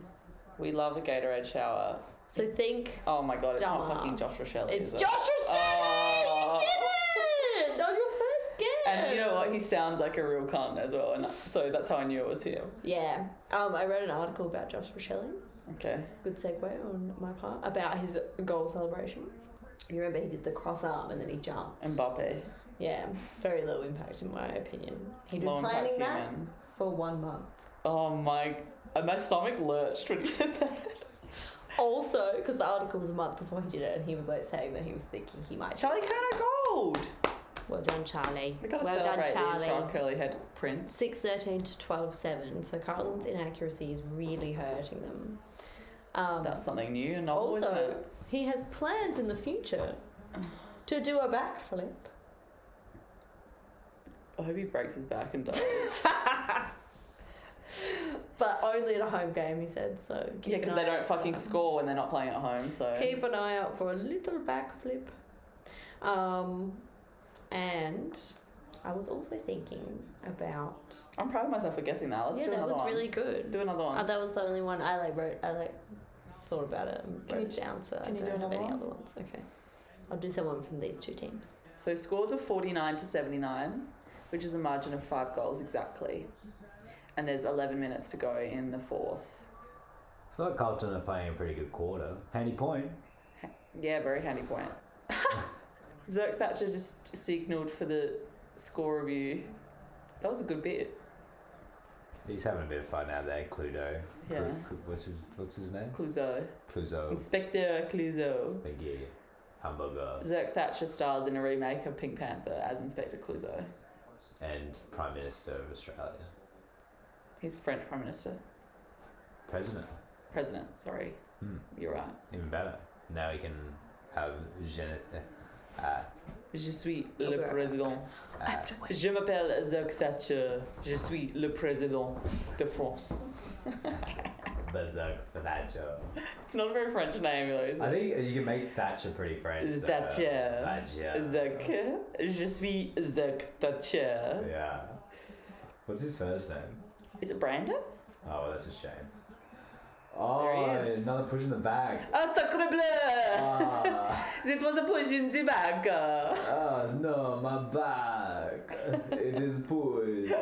Speaker 2: We love a Gatorade shower.
Speaker 3: So think
Speaker 2: Oh my god, it's not
Speaker 3: Dumbass.
Speaker 2: fucking Josh Rochelle. is
Speaker 3: it's
Speaker 2: it?
Speaker 3: Josh Rochelle!
Speaker 2: Oh.
Speaker 3: You did it! On your first guess!
Speaker 2: And you know what? He sounds like a real cunt as well, and so that's how I knew it was him.
Speaker 3: Yeah. Um, I read an article about Josh Rochelle.
Speaker 2: Okay.
Speaker 3: Good segue on my part. About his goal celebration. You remember he did the cross arm and then he jumped.
Speaker 2: Mbappe.
Speaker 3: Yeah. Very low impact in my opinion. He'd been
Speaker 2: Low impact
Speaker 3: planning that
Speaker 2: human.
Speaker 3: for one month.
Speaker 2: Oh my. And my stomach lurched when he said that.
Speaker 3: Also, because the article was a month before he did it, and he was like saying that he was thinking he might.
Speaker 2: Charlie Cano Gold!
Speaker 3: Well done, Charlie.
Speaker 2: We gotta
Speaker 3: well done,
Speaker 2: celebrate these for our
Speaker 3: Charlie.
Speaker 2: curly head prince.
Speaker 3: Six thirteen to twelve seven. So Carlton's inaccuracy is really hurting them. Um,
Speaker 2: That's something new and novel, isn't
Speaker 3: also,
Speaker 2: it?
Speaker 3: he has plans in the future to do a backflip.
Speaker 2: I hope he breaks his back and dies.
Speaker 3: but only at a home game, he said. So keep
Speaker 2: yeah,
Speaker 3: an
Speaker 2: because
Speaker 3: eye
Speaker 2: they
Speaker 3: out
Speaker 2: don't
Speaker 3: for
Speaker 2: fucking
Speaker 3: that.
Speaker 2: score when they're not playing at home, so.
Speaker 3: Keep an eye out for a little backflip. Um, and I was also thinking about.
Speaker 2: I'm proud of myself for guessing that. Let's
Speaker 3: yeah,
Speaker 2: do
Speaker 3: that
Speaker 2: another
Speaker 3: was
Speaker 2: one.
Speaker 3: really good.
Speaker 2: Do another one.
Speaker 3: Uh, that was the only one I like wrote. I like thought about it and
Speaker 2: Can
Speaker 3: wrote
Speaker 2: you
Speaker 3: it
Speaker 2: do-
Speaker 3: down. So
Speaker 2: can
Speaker 3: I
Speaker 2: you do
Speaker 3: don't have
Speaker 2: another
Speaker 3: any
Speaker 2: one?
Speaker 3: other ones. Okay, I'll do someone from these two teams.
Speaker 2: So scores are 49 to 79, which is a margin of five goals exactly. And there's 11 minutes to go in the fourth.
Speaker 1: I feel like Carlton are playing a pretty good quarter. Handy point.
Speaker 2: Yeah, very handy point. Zerk Thatcher just signalled for the score review. That was a good bit.
Speaker 1: He's having a bit of fun out there, Cluedo. Clu-
Speaker 2: Yeah.
Speaker 1: Clu- what's his What's his name?
Speaker 2: Cluzo.
Speaker 1: Cluzo.
Speaker 2: Inspector Cluzo.
Speaker 1: Thank you. Hamburger
Speaker 2: Zerk Thatcher stars in a remake of Pink Panther as Inspector Cluzo.
Speaker 1: and Prime Minister of Australia,
Speaker 2: He's French Prime Minister.
Speaker 1: President.
Speaker 2: President, sorry.
Speaker 1: Hmm.
Speaker 2: You're right.
Speaker 1: Even better. Now he can have gen- uh,
Speaker 2: Je suis
Speaker 3: Okay.
Speaker 2: le président.
Speaker 3: I have to wait.
Speaker 2: Je m'appelle Zach Thatcher. Je suis le président de France.
Speaker 1: Berserk for Thatcher.
Speaker 2: It's not a very French name, though, is
Speaker 1: I
Speaker 2: it?
Speaker 1: think you can make Thatcher pretty French. though.
Speaker 2: Thatcher.
Speaker 1: Thatcher.
Speaker 2: Zach. Je suis Zach Thatcher.
Speaker 1: Yeah. What's his first name?
Speaker 2: Is it Brandon?
Speaker 1: Oh, that's a shame. Oh,
Speaker 2: There he is.
Speaker 1: another push in the back.
Speaker 2: Ah, sacre bleu!
Speaker 1: Ah,
Speaker 2: It was a push in the back.
Speaker 1: ah, no, my back. It is pushed.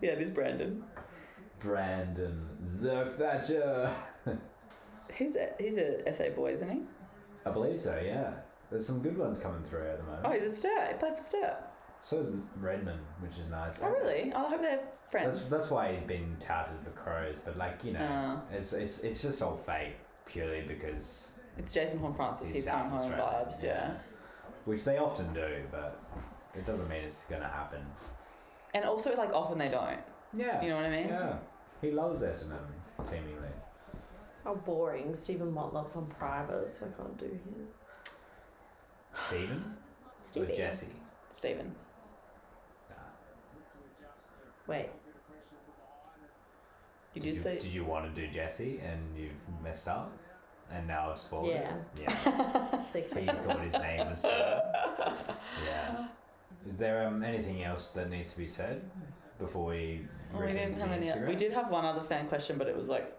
Speaker 2: Yeah, it is Brandon.
Speaker 1: Brandon Zerk Thatcher.
Speaker 2: He's a, he's a SA boy, isn't he?
Speaker 1: I believe so, yeah. There's some good ones coming through at the
Speaker 2: Oh,
Speaker 1: moment.
Speaker 2: he's a Sturt. He played for Sturt.
Speaker 1: So is Redmond, which is nice.
Speaker 2: Oh, really? I hope they're
Speaker 1: That's,
Speaker 2: friends.
Speaker 1: that's why he's been touted for crows, but like you know,
Speaker 2: Ah.
Speaker 1: it's it's it's just all fake purely because
Speaker 2: It's Jason Horn Francis.
Speaker 1: He's
Speaker 2: He's coming
Speaker 1: South
Speaker 2: home
Speaker 1: Australian,
Speaker 2: vibes,
Speaker 1: yeah.
Speaker 2: yeah.
Speaker 1: which they often do, but it doesn't mean it's gonna happen.
Speaker 2: And also, like, often they don't.
Speaker 1: Yeah,
Speaker 2: You know what I mean?
Speaker 1: yeah. He loves Essendon, seemingly.
Speaker 3: How boring. Stephen Motlock's on private, so I can't do his.
Speaker 1: Stephen or
Speaker 3: Stevie.
Speaker 1: Jesse?
Speaker 2: Stephen.
Speaker 3: Wait.
Speaker 2: You did,
Speaker 1: you,
Speaker 2: say.
Speaker 1: Did you want to do Jesse and you've messed up, and now I've spoiled it? Yeah.
Speaker 3: It's like,
Speaker 1: but you thought his name was Stephen. Yeah. Is there um, anything else that needs to be said before we?
Speaker 2: Well, Oh, we
Speaker 1: ring
Speaker 2: didn't
Speaker 1: the
Speaker 2: have any.
Speaker 1: Instagram?
Speaker 2: We did have one other fan question, but it was like,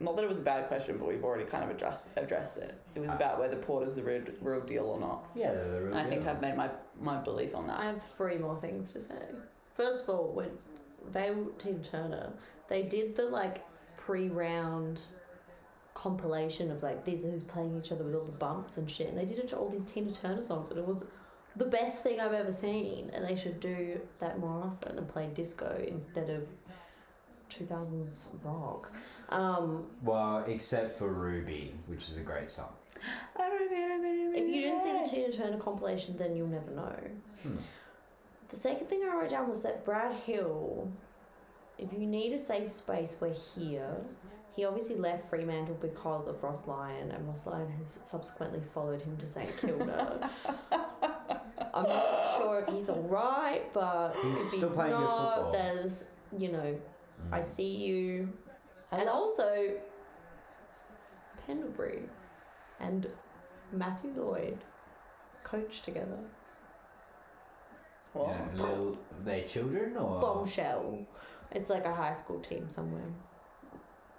Speaker 2: not that it was a bad question, but we've already kind of addressed addressed it. It was
Speaker 1: Ah.
Speaker 2: about whether Porter's the real, real deal or not.
Speaker 1: Yeah, they're the real
Speaker 2: And I think
Speaker 1: deal.
Speaker 2: I've made my my belief on
Speaker 3: I
Speaker 2: that.
Speaker 3: have three more things to say. First of all, when they were Team Turner, they did the like pre-round compilation of like these are who's playing each other with all the bumps and shit, and they did it to all these Tina Turner songs, and it was the best thing I've ever seen. And they should do that more often and play disco instead of two thousands rock. Um,
Speaker 1: Well, except for Ruby, which is a great song.
Speaker 3: If you didn't see the Tina Turner compilation, then you'll never know.
Speaker 1: Hmm.
Speaker 3: The second thing I wrote down was that Brad Hill, if you need a safe space, we're here. He obviously left Fremantle because of Ross Lyon, and Ross Lyon has subsequently followed him to St Kilda. I'm not sure if he's all right, but
Speaker 1: He's
Speaker 3: if
Speaker 1: still
Speaker 3: he's
Speaker 1: playing good football.
Speaker 3: not, there's you know, I
Speaker 1: Mm.
Speaker 3: see you, and also Pendlebury and Matthew Lloyd coach together.
Speaker 2: What?
Speaker 1: Yeah, little, they children or
Speaker 3: Bombshell. It's like a high school team somewhere.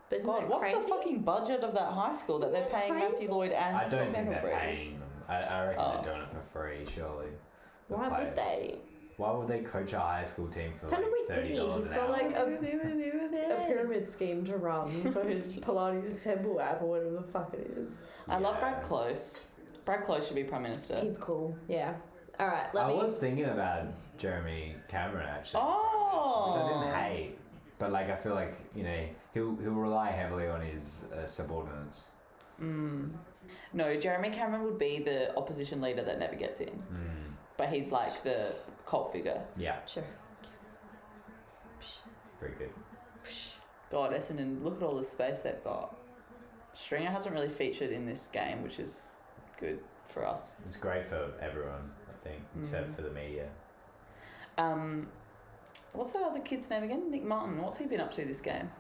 Speaker 3: But isn't
Speaker 2: God,
Speaker 3: that
Speaker 2: what's
Speaker 3: crazy?
Speaker 2: the fucking budget of that high school that they're
Speaker 3: Isn't that
Speaker 2: paying
Speaker 3: crazy?
Speaker 2: Matthew Lloyd and
Speaker 1: I don't
Speaker 2: Scott
Speaker 1: think they're
Speaker 2: Pendlebury?
Speaker 1: paying them. I, I reckon
Speaker 2: Oh.
Speaker 1: they're doing it for free, surely. The
Speaker 3: Why
Speaker 1: players.
Speaker 3: would they?
Speaker 1: Why would they coach a high school team for like
Speaker 3: Pendlebury's
Speaker 1: thirty
Speaker 3: busy.
Speaker 1: dollars
Speaker 3: He's
Speaker 1: an
Speaker 3: got
Speaker 1: hour?
Speaker 3: like a a pyramid scheme to run for his Pilates temple app or whatever the fuck it is.
Speaker 2: I love
Speaker 1: Yeah.
Speaker 2: Brad Close. Brad Close should be prime minister.
Speaker 3: He's cool. Yeah. All right. Let
Speaker 1: I
Speaker 3: me.
Speaker 1: was thinking about Jeremy Cameron actually,
Speaker 2: Oh.
Speaker 1: which I didn't hate, but like I feel like you know he'll he'll rely heavily on his uh, subordinates.
Speaker 2: Mm. No, Jeremy Cameron would be the opposition leader that never gets in,
Speaker 1: Mm.
Speaker 2: but he's like the cult figure.
Speaker 1: Yeah,
Speaker 3: Sure.
Speaker 1: very good.
Speaker 2: God, Essendon, look at all the space they've got. Stringer hasn't really featured in this game, which is good for us.
Speaker 1: It's great for everyone, I think, except
Speaker 2: Mm.
Speaker 1: for the media.
Speaker 2: Um, what's that other kid's name again? Nick Martin. What's he been up to this game?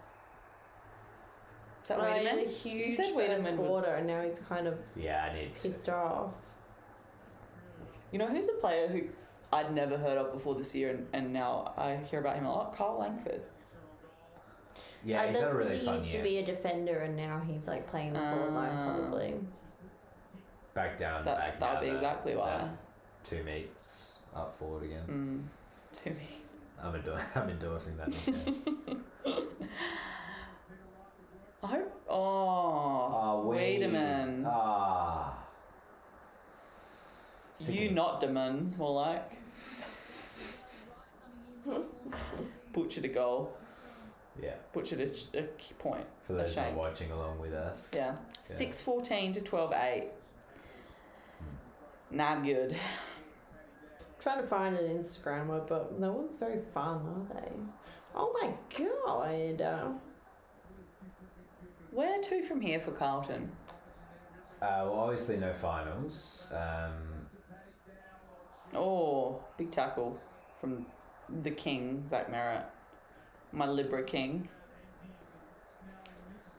Speaker 2: Is that
Speaker 3: Well, he had
Speaker 2: Wiedemann?
Speaker 3: a huge
Speaker 2: You said
Speaker 3: first
Speaker 2: Wiedemann would-
Speaker 3: quarter, and now he's kind of
Speaker 1: Yeah, I need.
Speaker 3: pissed off.
Speaker 2: You know who's a player who I'd never heard of before this year, and, and now I hear about him a lot. Carl Langford.
Speaker 1: Yeah,
Speaker 3: Uh, that's
Speaker 1: he's had a
Speaker 3: 'cause
Speaker 1: really
Speaker 3: he
Speaker 1: fun
Speaker 3: used
Speaker 1: year.
Speaker 3: to be a defender, and now he's like playing the forward
Speaker 2: Ah.
Speaker 3: line probably.
Speaker 1: Back down,
Speaker 2: That that
Speaker 1: back down.
Speaker 2: would be
Speaker 1: that-
Speaker 2: exactly why.
Speaker 1: Two meets up forward again.
Speaker 2: Mm, to me.
Speaker 1: I'm, endor- I'm endorsing that. okay.
Speaker 2: I hope. Oh,
Speaker 1: Ah,
Speaker 2: Wait a
Speaker 1: Wade.
Speaker 2: minute.
Speaker 1: Ah.
Speaker 2: you
Speaker 1: Sickening.
Speaker 2: not Demon, more like. Butchered a goal.
Speaker 1: Yeah,
Speaker 2: Butchered a, sh- a key point.
Speaker 1: for those who are
Speaker 2: Ashamed.
Speaker 1: watching along with us.
Speaker 2: Yeah. Six fourteen to twelve eight. Not good.
Speaker 3: Trying to find an Instagrammer, but no one's very fun, are they? Oh my god!
Speaker 2: Where to from here for Carlton?
Speaker 1: Uh, well, obviously no finals. Um,
Speaker 2: Oh, big tackle from the king, Zach Merritt. My Libra king.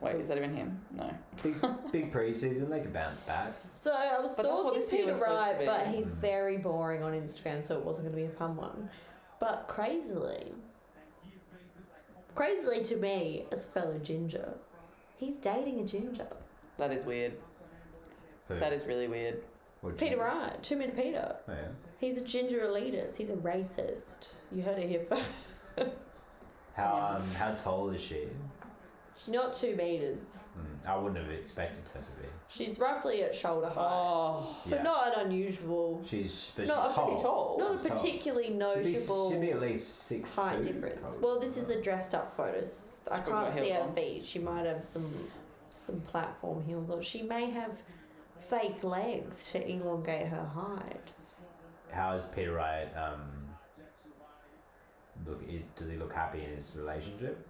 Speaker 2: Wait, is that even him? No.
Speaker 1: big, big preseason. They could bounce back.
Speaker 3: So I was
Speaker 2: But that's what
Speaker 3: stalking
Speaker 2: this year
Speaker 3: Peter
Speaker 2: was supposed to
Speaker 3: Wright,
Speaker 2: be.
Speaker 3: but
Speaker 1: Mm.
Speaker 3: he's very boring on Instagram, so it wasn't going to be a fun one. But crazily, crazily to me, as a fellow ginger, he's dating a ginger.
Speaker 2: That is weird.
Speaker 1: Who?
Speaker 2: That is really weird.
Speaker 1: What do you-
Speaker 3: Peter Wright, two minute Peter.
Speaker 1: Oh, yeah.
Speaker 3: He's a ginger elitist. He's a racist. You heard it here first.
Speaker 1: How um, how tall is she?
Speaker 3: She's not two meters.
Speaker 1: Mm, I wouldn't have expected her to be.
Speaker 3: She's roughly at shoulder height,
Speaker 2: Oh.
Speaker 3: so
Speaker 1: Yeah.
Speaker 3: not an unusual,
Speaker 1: She's but
Speaker 3: No, I
Speaker 1: she's
Speaker 3: should
Speaker 1: tall.
Speaker 2: Pretty tall.
Speaker 3: not a
Speaker 1: She's tall.
Speaker 3: particularly
Speaker 1: She'd be,
Speaker 3: noticeable.
Speaker 1: she'd be at least six
Speaker 3: height
Speaker 1: two,
Speaker 3: difference.
Speaker 1: probably.
Speaker 3: Well, this is a dressed up photo. s- I
Speaker 2: probably got
Speaker 3: can't see
Speaker 2: heels
Speaker 3: her
Speaker 2: on.
Speaker 3: feet. She might have some some platform heels on. She may have fake legs to elongate her height.
Speaker 1: How is Peter Wright? Um, look, is does he look happy in his relationship?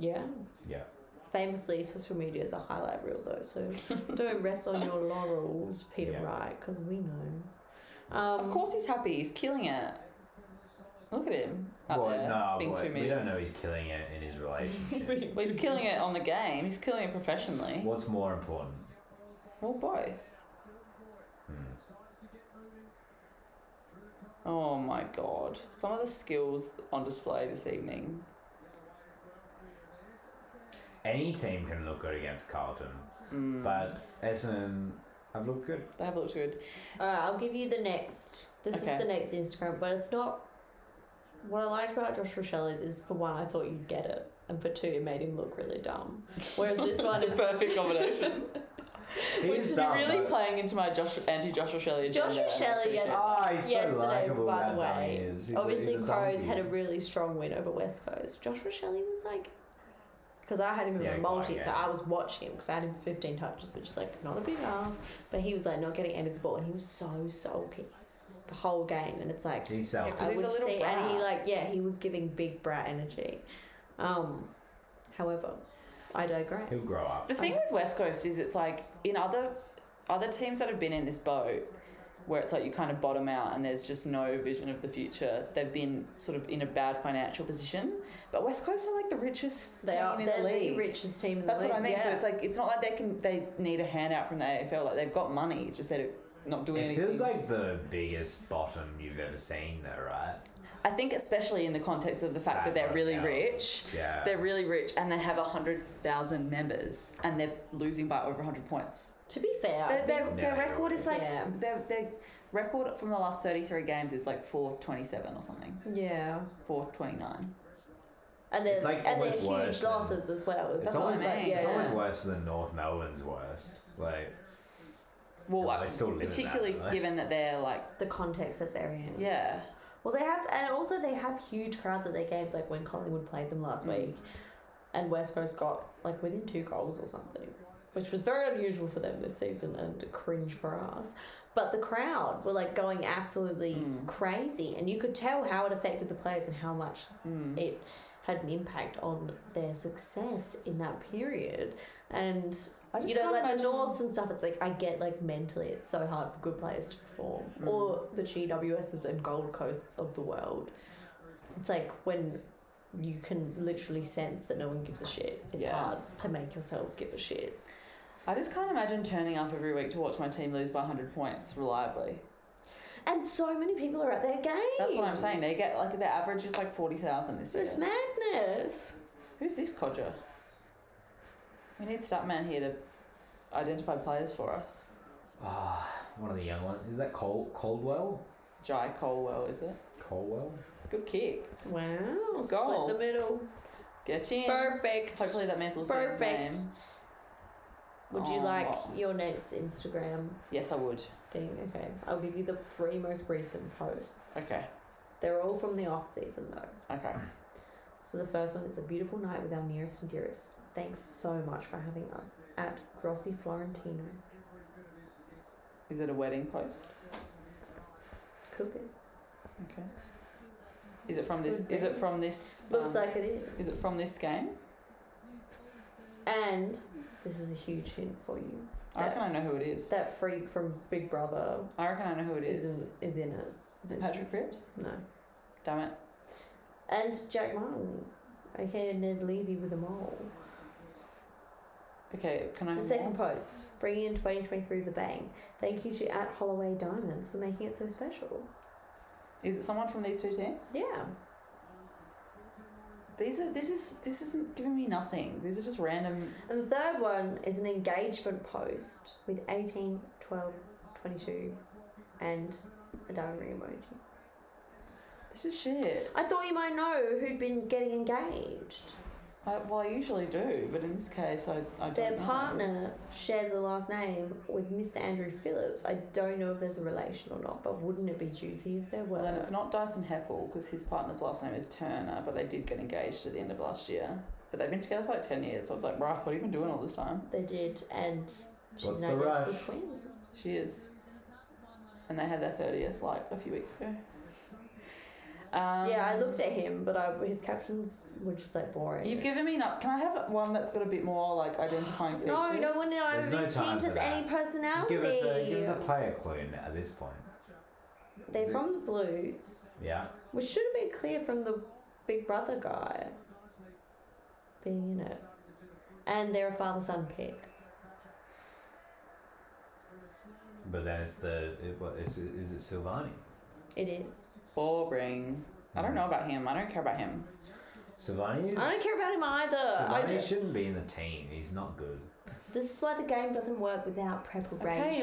Speaker 3: Yeah.
Speaker 1: Yeah.
Speaker 3: Famously, social media is a highlight reel though, so don't rest on your laurels, Peter
Speaker 1: Yeah.
Speaker 3: Wright, because we know. Um,
Speaker 2: Of course he's happy. He's killing it. Look at him. Up
Speaker 1: Well,
Speaker 2: there,
Speaker 1: no,
Speaker 2: being
Speaker 1: well,
Speaker 2: two
Speaker 1: we don't know
Speaker 2: meters.
Speaker 1: he's killing it in his relationship.
Speaker 2: Well, he's killing it on the game. He's killing it professionally.
Speaker 1: What's more important?
Speaker 2: Well, both.
Speaker 1: Hmm.
Speaker 2: Oh my god. Some of the skills on display this evening.
Speaker 1: Any team can look good against Carlton,
Speaker 2: Mm.
Speaker 1: but Essendon have looked good.
Speaker 2: They have looked good.
Speaker 3: Alright, I'll give you the next. This
Speaker 2: Okay.
Speaker 3: is the next Instagram, but it's not. What I liked about Josh Rochelle is, is for one, I thought you'd get it, and for two, it made him look really dumb. Whereas this one
Speaker 2: The
Speaker 3: is
Speaker 2: perfect combination.
Speaker 1: He
Speaker 2: Which
Speaker 1: is
Speaker 2: is
Speaker 1: dumb,
Speaker 2: really
Speaker 1: though.
Speaker 2: playing into my Josh, anti Josh Shelley agenda.
Speaker 3: Josh
Speaker 2: and I
Speaker 3: Rochelle,
Speaker 2: appreciate
Speaker 3: yes.
Speaker 2: it.
Speaker 1: Ah, he's so
Speaker 3: yesterday,
Speaker 1: likable.
Speaker 3: by
Speaker 1: that
Speaker 3: the
Speaker 1: dummy
Speaker 3: way.
Speaker 1: is. He's a-
Speaker 3: obviously
Speaker 1: he's a
Speaker 3: Crows
Speaker 1: donkey.
Speaker 3: had a really strong win over West Coast. Josh Rochelle was like, because I had him in
Speaker 1: Yeah,
Speaker 3: my
Speaker 1: quite,
Speaker 3: multi, so
Speaker 1: yeah.
Speaker 3: I was watching him because I had him fifteen touches, which is like not a big ass, but he was like not getting any of the ball, and he was so sulky the whole game, and it's like
Speaker 1: He's self.
Speaker 2: Yeah, 'cause
Speaker 3: I
Speaker 2: he's a
Speaker 3: would
Speaker 2: little
Speaker 3: say, and he
Speaker 2: brat.
Speaker 3: like yeah, he was giving big brat energy. Um, however, I digress.
Speaker 1: He'll grow up.
Speaker 2: The thing with West Coast is it's like in other other teams that have been in this boat, where it's like you kind of bottom out and there's just no vision of the future. They've been sort of in a bad financial position, but West Coast are like the richest
Speaker 3: They
Speaker 2: team
Speaker 3: are
Speaker 2: in
Speaker 3: they're
Speaker 2: the
Speaker 3: the,
Speaker 2: league.
Speaker 3: richest team in
Speaker 2: That's
Speaker 3: the
Speaker 2: what I
Speaker 3: league.
Speaker 2: mean.
Speaker 3: Yeah.
Speaker 2: So it's like it's not like they can they need a handout from the AFL. Like they've got money. It's just they're not doing
Speaker 1: It
Speaker 2: anything.
Speaker 1: feels like the biggest bottom you've ever seen, though, right?
Speaker 2: I think especially in the context of the fact that
Speaker 1: Bad
Speaker 2: they're really
Speaker 1: luck, yeah.
Speaker 2: rich.
Speaker 1: Yeah.
Speaker 2: They're really rich and they have 100,000 members and they're losing by over 100 points.
Speaker 3: to be fair,
Speaker 2: Their, their,
Speaker 1: Yeah.
Speaker 2: their record is like,
Speaker 3: Yeah.
Speaker 2: their, their record from the last 33 games is like 427 or something,
Speaker 3: yeah,
Speaker 2: 429.
Speaker 3: and there's
Speaker 1: It's like
Speaker 3: and
Speaker 1: almost
Speaker 3: there's
Speaker 1: worse
Speaker 3: huge
Speaker 1: than-
Speaker 3: losses as well.
Speaker 1: it's
Speaker 3: That's what I
Speaker 1: always,
Speaker 3: mean.
Speaker 2: like-
Speaker 3: yeah.
Speaker 1: it's always
Speaker 2: yeah.
Speaker 1: worse than North Melbourne's worst. Like,
Speaker 2: Well,
Speaker 1: Yeah,
Speaker 2: like,
Speaker 1: they still live in that,
Speaker 2: particularly
Speaker 1: don't they?
Speaker 2: given that they're like,
Speaker 3: the context that they're in.
Speaker 2: yeah.
Speaker 3: Well, they have, and also they have huge crowds at their games. Like when Collingwood played them last
Speaker 2: Mm.
Speaker 3: week, and West Coast got like within two goals or something, which was very unusual for them this season and cringe for us. But the crowd were like going absolutely
Speaker 2: Mm.
Speaker 3: crazy, and you could tell how it affected the players and how much
Speaker 2: Mm.
Speaker 3: it had an impact on their success in that period. And
Speaker 2: I just
Speaker 3: you know,
Speaker 2: can't
Speaker 3: like
Speaker 2: imagine-
Speaker 3: the Nords and stuff, it's like I get like mentally, it's so hard for good players to perform,
Speaker 2: Mm.
Speaker 3: or the GWSs and Gold Coasts of the world. It's like when you can literally sense that no one gives a shit. It's
Speaker 2: Yeah.
Speaker 3: hard to make yourself give a shit.
Speaker 2: I just can't imagine turning up every week to watch my team lose by 100 points reliably.
Speaker 3: And so many people are at their games.
Speaker 2: That's what I'm saying. They get like their average is like 40,000 this year.
Speaker 3: It's madness.
Speaker 2: Who's this codger? We need Stuntman here to identify players for us.
Speaker 1: ah, one of the young ones. Is that Col- Coldwell?
Speaker 2: Jai Colwell, is it?
Speaker 1: Coldwell?
Speaker 2: Good kick.
Speaker 3: Wow.
Speaker 2: Goal.
Speaker 3: Split the middle.
Speaker 2: Get in.
Speaker 3: Perfect.
Speaker 2: Hopefully that means we'll see his name.
Speaker 3: Perfect. Would you
Speaker 2: Oh.
Speaker 3: like your next Instagram
Speaker 2: Yes, I would.
Speaker 3: thing? Okay, I'll give you the three most recent posts.
Speaker 2: Okay.
Speaker 3: They're all from the off season though.
Speaker 2: Okay.
Speaker 3: So the first one is a beautiful night with our nearest and dearest. Thanks so much for having us at Rossi Florentino.
Speaker 2: Is it a wedding post?
Speaker 3: Could be.
Speaker 2: Okay. Is it from this? Is it from this?
Speaker 3: Looks
Speaker 2: um,
Speaker 3: like it is.
Speaker 2: Is it from this game?
Speaker 3: And this is a huge hint for you.
Speaker 2: I reckon I know who it is.
Speaker 3: That freak from Big Brother
Speaker 2: I reckon I know who it
Speaker 3: is
Speaker 2: is.
Speaker 3: in, is in it.
Speaker 2: Is it Patrick Cripps?
Speaker 3: No.
Speaker 2: Damn it.
Speaker 3: And Jack Martin. Okay, Ned Levy with a mole.
Speaker 2: Okay. Can I?
Speaker 3: The
Speaker 2: have
Speaker 3: second
Speaker 2: more?
Speaker 3: post, bringing in 2023 with a bang. Thank you to at Holloway Diamonds for making it so special.
Speaker 2: Is it someone from these two teams?
Speaker 3: Yeah.
Speaker 2: These are. This is. This isn't giving me nothing. These are just random.
Speaker 3: And the third one is an engagement post with 18, 12, 22, and a diamond emoji.
Speaker 2: This is shit.
Speaker 3: I thought you might know who'd been getting engaged.
Speaker 2: I, well, I usually do, but in this case, I. I don't
Speaker 3: Their
Speaker 2: know.
Speaker 3: partner shares the last name with Mr. Andrew Phillips. I don't know if there's a relation or not, but wouldn't it be juicy if there were?
Speaker 2: Well, then it's not Dyson Heppel because his partner's last name is Turner, but they did get engaged at the end of last year. But they've been together for like 10 years, so it's like, right, what have you been doing all this time?
Speaker 3: They did, and she's
Speaker 1: What's
Speaker 3: an
Speaker 1: the
Speaker 3: identical
Speaker 1: rush?
Speaker 3: twin.
Speaker 2: She is. And they had their 30th like a few weeks ago. Um,
Speaker 3: yeah, I looked at him, but I, his captions were just like boring.
Speaker 2: Um, You've given me enough. Can I have one that's got a bit more like identifying features?
Speaker 3: no, no one in either of
Speaker 1: There's no
Speaker 3: these teams
Speaker 1: time for
Speaker 3: has
Speaker 1: that.
Speaker 3: any
Speaker 1: Just
Speaker 3: personality.
Speaker 1: give us, a, give us a player clue now at this point.
Speaker 3: They're
Speaker 1: Is it-
Speaker 3: from the Blues,
Speaker 1: Yeah.
Speaker 3: which should have been clear from the Big Brother guy being in it. And they're a father son pick.
Speaker 1: But then it's the. It, what, it's, is it Silvani?
Speaker 3: It is.
Speaker 2: Boring. I don't know about him. I don't care about him. Uh,
Speaker 1: Silvani is.
Speaker 3: I don't care about him either. I
Speaker 1: Silvani
Speaker 3: just,
Speaker 1: shouldn't be in the team. He's not good.
Speaker 3: this is why the game doesn't work without preparation.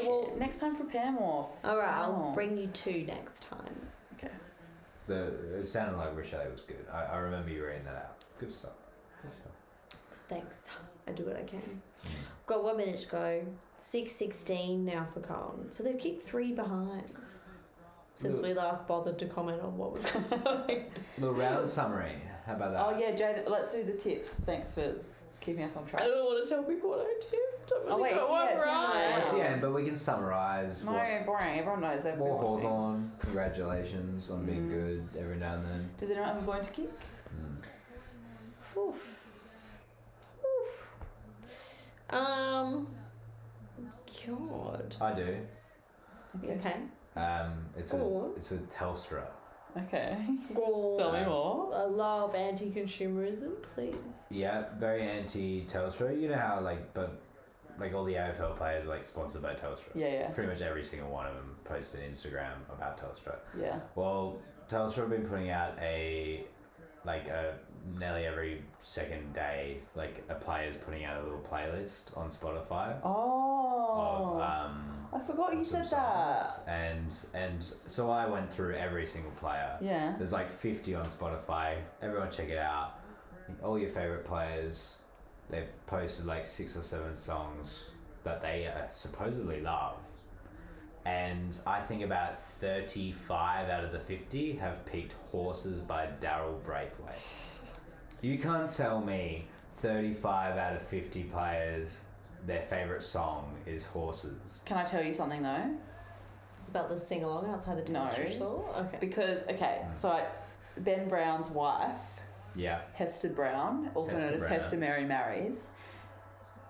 Speaker 2: Okay, well, next time prepare more.
Speaker 3: All right, I'll
Speaker 2: Oh.
Speaker 3: bring you two next time.
Speaker 2: Okay.
Speaker 1: The it sounded like Richelle was good. I, I remember you reading that out. Good stuff. Good stuff.
Speaker 3: Thanks. I do what I can. Got one minute to go. Six sixteen now for Carlton. So they've kicked three behinds since we last bothered to comment on what was going on.
Speaker 1: Little round summary. How about that?
Speaker 2: Oh, yeah, Jade, let's do the tips. Thanks for keeping us on track.
Speaker 3: I don't want to tell people what I tipped. I've
Speaker 2: Oh,
Speaker 3: only
Speaker 2: wait,
Speaker 3: got
Speaker 2: yeah,
Speaker 3: one
Speaker 2: it's not
Speaker 3: right.
Speaker 1: That's the end, but we can summarise
Speaker 2: No,
Speaker 1: what.
Speaker 2: boring. Everyone knows they've
Speaker 1: War
Speaker 2: been watching.
Speaker 1: Hawthorne, congratulations on being
Speaker 2: Mm.
Speaker 1: good every now and then.
Speaker 2: Does anyone have a bone to kick?
Speaker 1: Mm.
Speaker 3: Um, God. Um,
Speaker 1: I do.
Speaker 3: Okay.
Speaker 1: Um, it's
Speaker 3: Cool.
Speaker 1: with, it's with Telstra.
Speaker 2: Okay. Tell
Speaker 3: Go.
Speaker 2: me more.
Speaker 3: I love anti-consumerism, please.
Speaker 1: Yeah, very anti Telstra. You know how like but like all the AFL players are like sponsored by Telstra.
Speaker 2: Yeah, yeah,
Speaker 1: Pretty much every single one of them posted on Instagram about Telstra.
Speaker 2: yeah.
Speaker 1: Well, Telstra have been putting out a like a nearly every second day like a player's putting out a little playlist on Spotify
Speaker 2: Oh.
Speaker 1: of um.
Speaker 2: I forgot you
Speaker 1: some
Speaker 2: said that.
Speaker 1: songs. And and so I went through every single player.
Speaker 2: Yeah.
Speaker 1: There's like 50 on Spotify. Everyone check it out. All your favorite players. They've posted like six or seven songs that they uh, supposedly love. And I think about 35 out of the 50 have picked Horses by Daryl Braithwaite. You can't tell me 35 out of 50 players, their favorite song is Horses.
Speaker 2: Can I tell you something though?
Speaker 3: It's about the sing along outside the
Speaker 2: No.
Speaker 3: grocery store. Okay.
Speaker 2: Because okay,
Speaker 1: Mm.
Speaker 2: so I, Ben Brown's wife,
Speaker 1: Yeah.
Speaker 2: Hester Brown, also known
Speaker 1: Hester
Speaker 2: as
Speaker 1: Brown.
Speaker 2: Hester Mary Marries.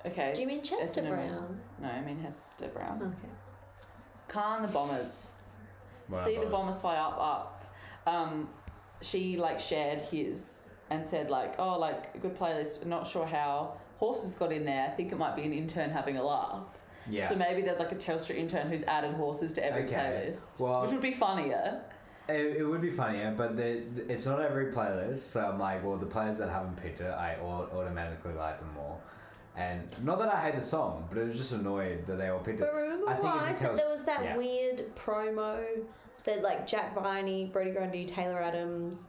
Speaker 2: Okay.
Speaker 3: Do you mean Chester
Speaker 2: Essendon.
Speaker 3: Brown?
Speaker 2: no, I mean Hester Brown.
Speaker 3: Okay.
Speaker 2: Khan the Bombers.
Speaker 1: Well,
Speaker 2: See
Speaker 1: I
Speaker 2: the
Speaker 1: thought-
Speaker 2: bombers fly up, up. Um, she like shared his and said like, oh, like a good playlist. Not sure how horses got in there. I think it might be an intern having a laugh.
Speaker 1: Yeah.
Speaker 2: So maybe there's like a Telstra intern who's added horses to every
Speaker 1: Okay.
Speaker 2: playlist,
Speaker 1: Well-
Speaker 2: which would be funnier.
Speaker 1: It, it would be funnier, but the, it's not every playlist. So I'm like, well, the players that haven't picked it, I au- automatically like them more. And not that I hate the song, but it was just annoyed that they all picked it.
Speaker 3: But remember
Speaker 1: I think
Speaker 3: why
Speaker 1: it's
Speaker 3: I
Speaker 1: a
Speaker 3: said
Speaker 1: Tels-
Speaker 3: there was that
Speaker 1: yeah.
Speaker 3: weird promo that like Jack Viney, Brody Grundy, Taylor Adams,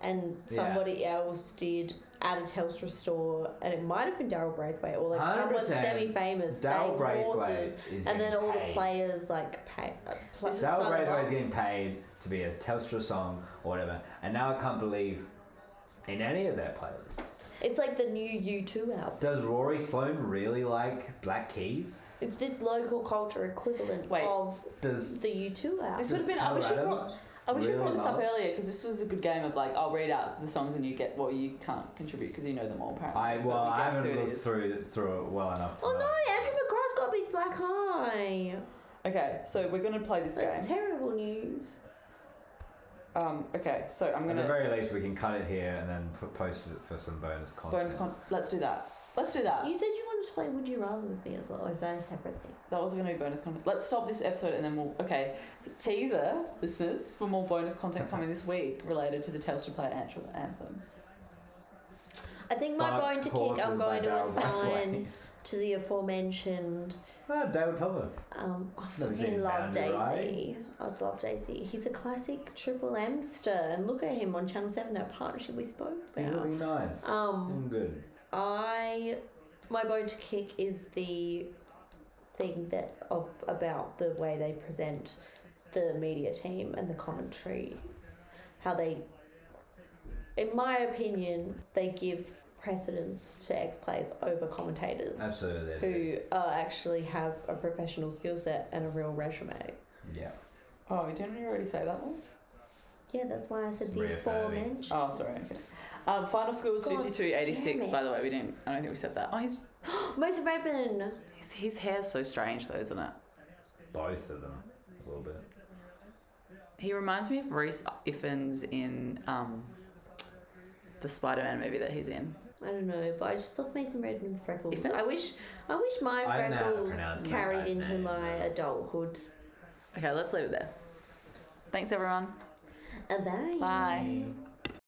Speaker 3: and
Speaker 1: Yeah.
Speaker 3: somebody else did at a Telstra store, and it might have been Daryl Braithwaite or like someone
Speaker 1: 100%
Speaker 3: semi-famous.
Speaker 1: Daryl
Speaker 3: saying
Speaker 1: Braithwaite
Speaker 3: horses,
Speaker 1: is
Speaker 3: and then
Speaker 1: getting
Speaker 3: all the
Speaker 1: paid.
Speaker 3: players like pay. Uh, pl-
Speaker 1: Daryl
Speaker 3: sung along.
Speaker 1: Braithwaite's getting paid to be a Telstra song or whatever, and now I can't believe in any of their playlists.
Speaker 3: It's like the new U two album.
Speaker 1: Does Rory Sloan really like Black Keys?
Speaker 3: It's this local culture equivalent
Speaker 2: Wait.
Speaker 3: of
Speaker 1: Does
Speaker 3: the U two album.
Speaker 2: This
Speaker 1: Does
Speaker 2: would have been. I wish you
Speaker 1: Taylor
Speaker 2: brought.
Speaker 1: Adams
Speaker 2: I wish you
Speaker 1: really
Speaker 2: brought this up
Speaker 1: love-
Speaker 2: earlier because this was a good game of like I'll read out the songs and you get what you can't contribute because you know them all apparently.
Speaker 1: I
Speaker 2: but
Speaker 1: well
Speaker 2: we
Speaker 1: I
Speaker 2: guess who
Speaker 1: haven't
Speaker 2: it
Speaker 1: looked
Speaker 2: is.
Speaker 1: through through it well enough to
Speaker 3: Oh
Speaker 1: know.
Speaker 3: no, Andrew McGrath's got a big black eye.
Speaker 2: Okay, so we're gonna play this
Speaker 3: That's
Speaker 2: game.
Speaker 3: terrible news.
Speaker 2: Um, okay, so I'm
Speaker 1: At the
Speaker 2: gonna
Speaker 1: very least, we can cut it here and then p- post it for some bonus content.
Speaker 2: bonus con. Let's do that. Let's do that.
Speaker 3: You said you wanted to play Would You Rather with me as well. Or is that a separate thing?
Speaker 2: That was going to be bonus content. Let's stop this episode and then we'll. Okay, teaser, listeners, for more bonus content coming this week related to the Telstra Player actual anthems.
Speaker 3: I think my
Speaker 1: Fuck
Speaker 3: bone to kick, I'm
Speaker 1: horses by
Speaker 3: going to
Speaker 1: Daryl
Speaker 3: assign
Speaker 1: Braithwaite.
Speaker 3: to the aforementioned.
Speaker 1: Ah, Dale Topper.
Speaker 3: Um, I fucking
Speaker 1: Never seen
Speaker 3: love
Speaker 1: Boundary,
Speaker 3: Daisy.
Speaker 1: right?
Speaker 3: I love Daisy. He's a classic triple Mster, and look at him on Channel Seven. That partnership we spoke
Speaker 1: He's
Speaker 3: about.
Speaker 1: looking nice.
Speaker 3: Um,
Speaker 1: I'm good.
Speaker 3: I my bone to kick is the thing that of about the way they present the media team and the commentary, how they, in my opinion, they give precedence to ex players over commentators
Speaker 1: Absolutely. they do.
Speaker 3: who uh, actually have a professional skill set and a real resume.
Speaker 1: Yeah.
Speaker 2: Oh, didn't we already say that one?
Speaker 3: Yeah, that's why I said the
Speaker 1: Reaffirming.
Speaker 3: aforementioned.
Speaker 2: Oh, sorry. Okay. Um, final score was
Speaker 3: God
Speaker 2: 5286,
Speaker 3: damn
Speaker 2: by the way.
Speaker 3: it.
Speaker 2: We didn't. I don't think we said that. Oh, he's,
Speaker 3: Mason Redman.
Speaker 2: his, his hair's so strange, though, isn't it?
Speaker 1: Both of them. A little bit.
Speaker 2: He reminds me of Reese Iffens in um, the Spider Man movie that he's in.
Speaker 3: I don't know, but I just love Mason Redman's freckles.
Speaker 2: If it's-
Speaker 3: I wish, I wish my
Speaker 1: I don't know how to pronounce
Speaker 3: freckles
Speaker 1: that
Speaker 3: carried
Speaker 1: guy's
Speaker 3: into
Speaker 1: name,
Speaker 3: my
Speaker 1: though.
Speaker 3: adulthood.
Speaker 2: Okay, let's leave it there. Thanks, everyone.
Speaker 3: Uh, Bye.
Speaker 2: Bye.
Speaker 1: Mm.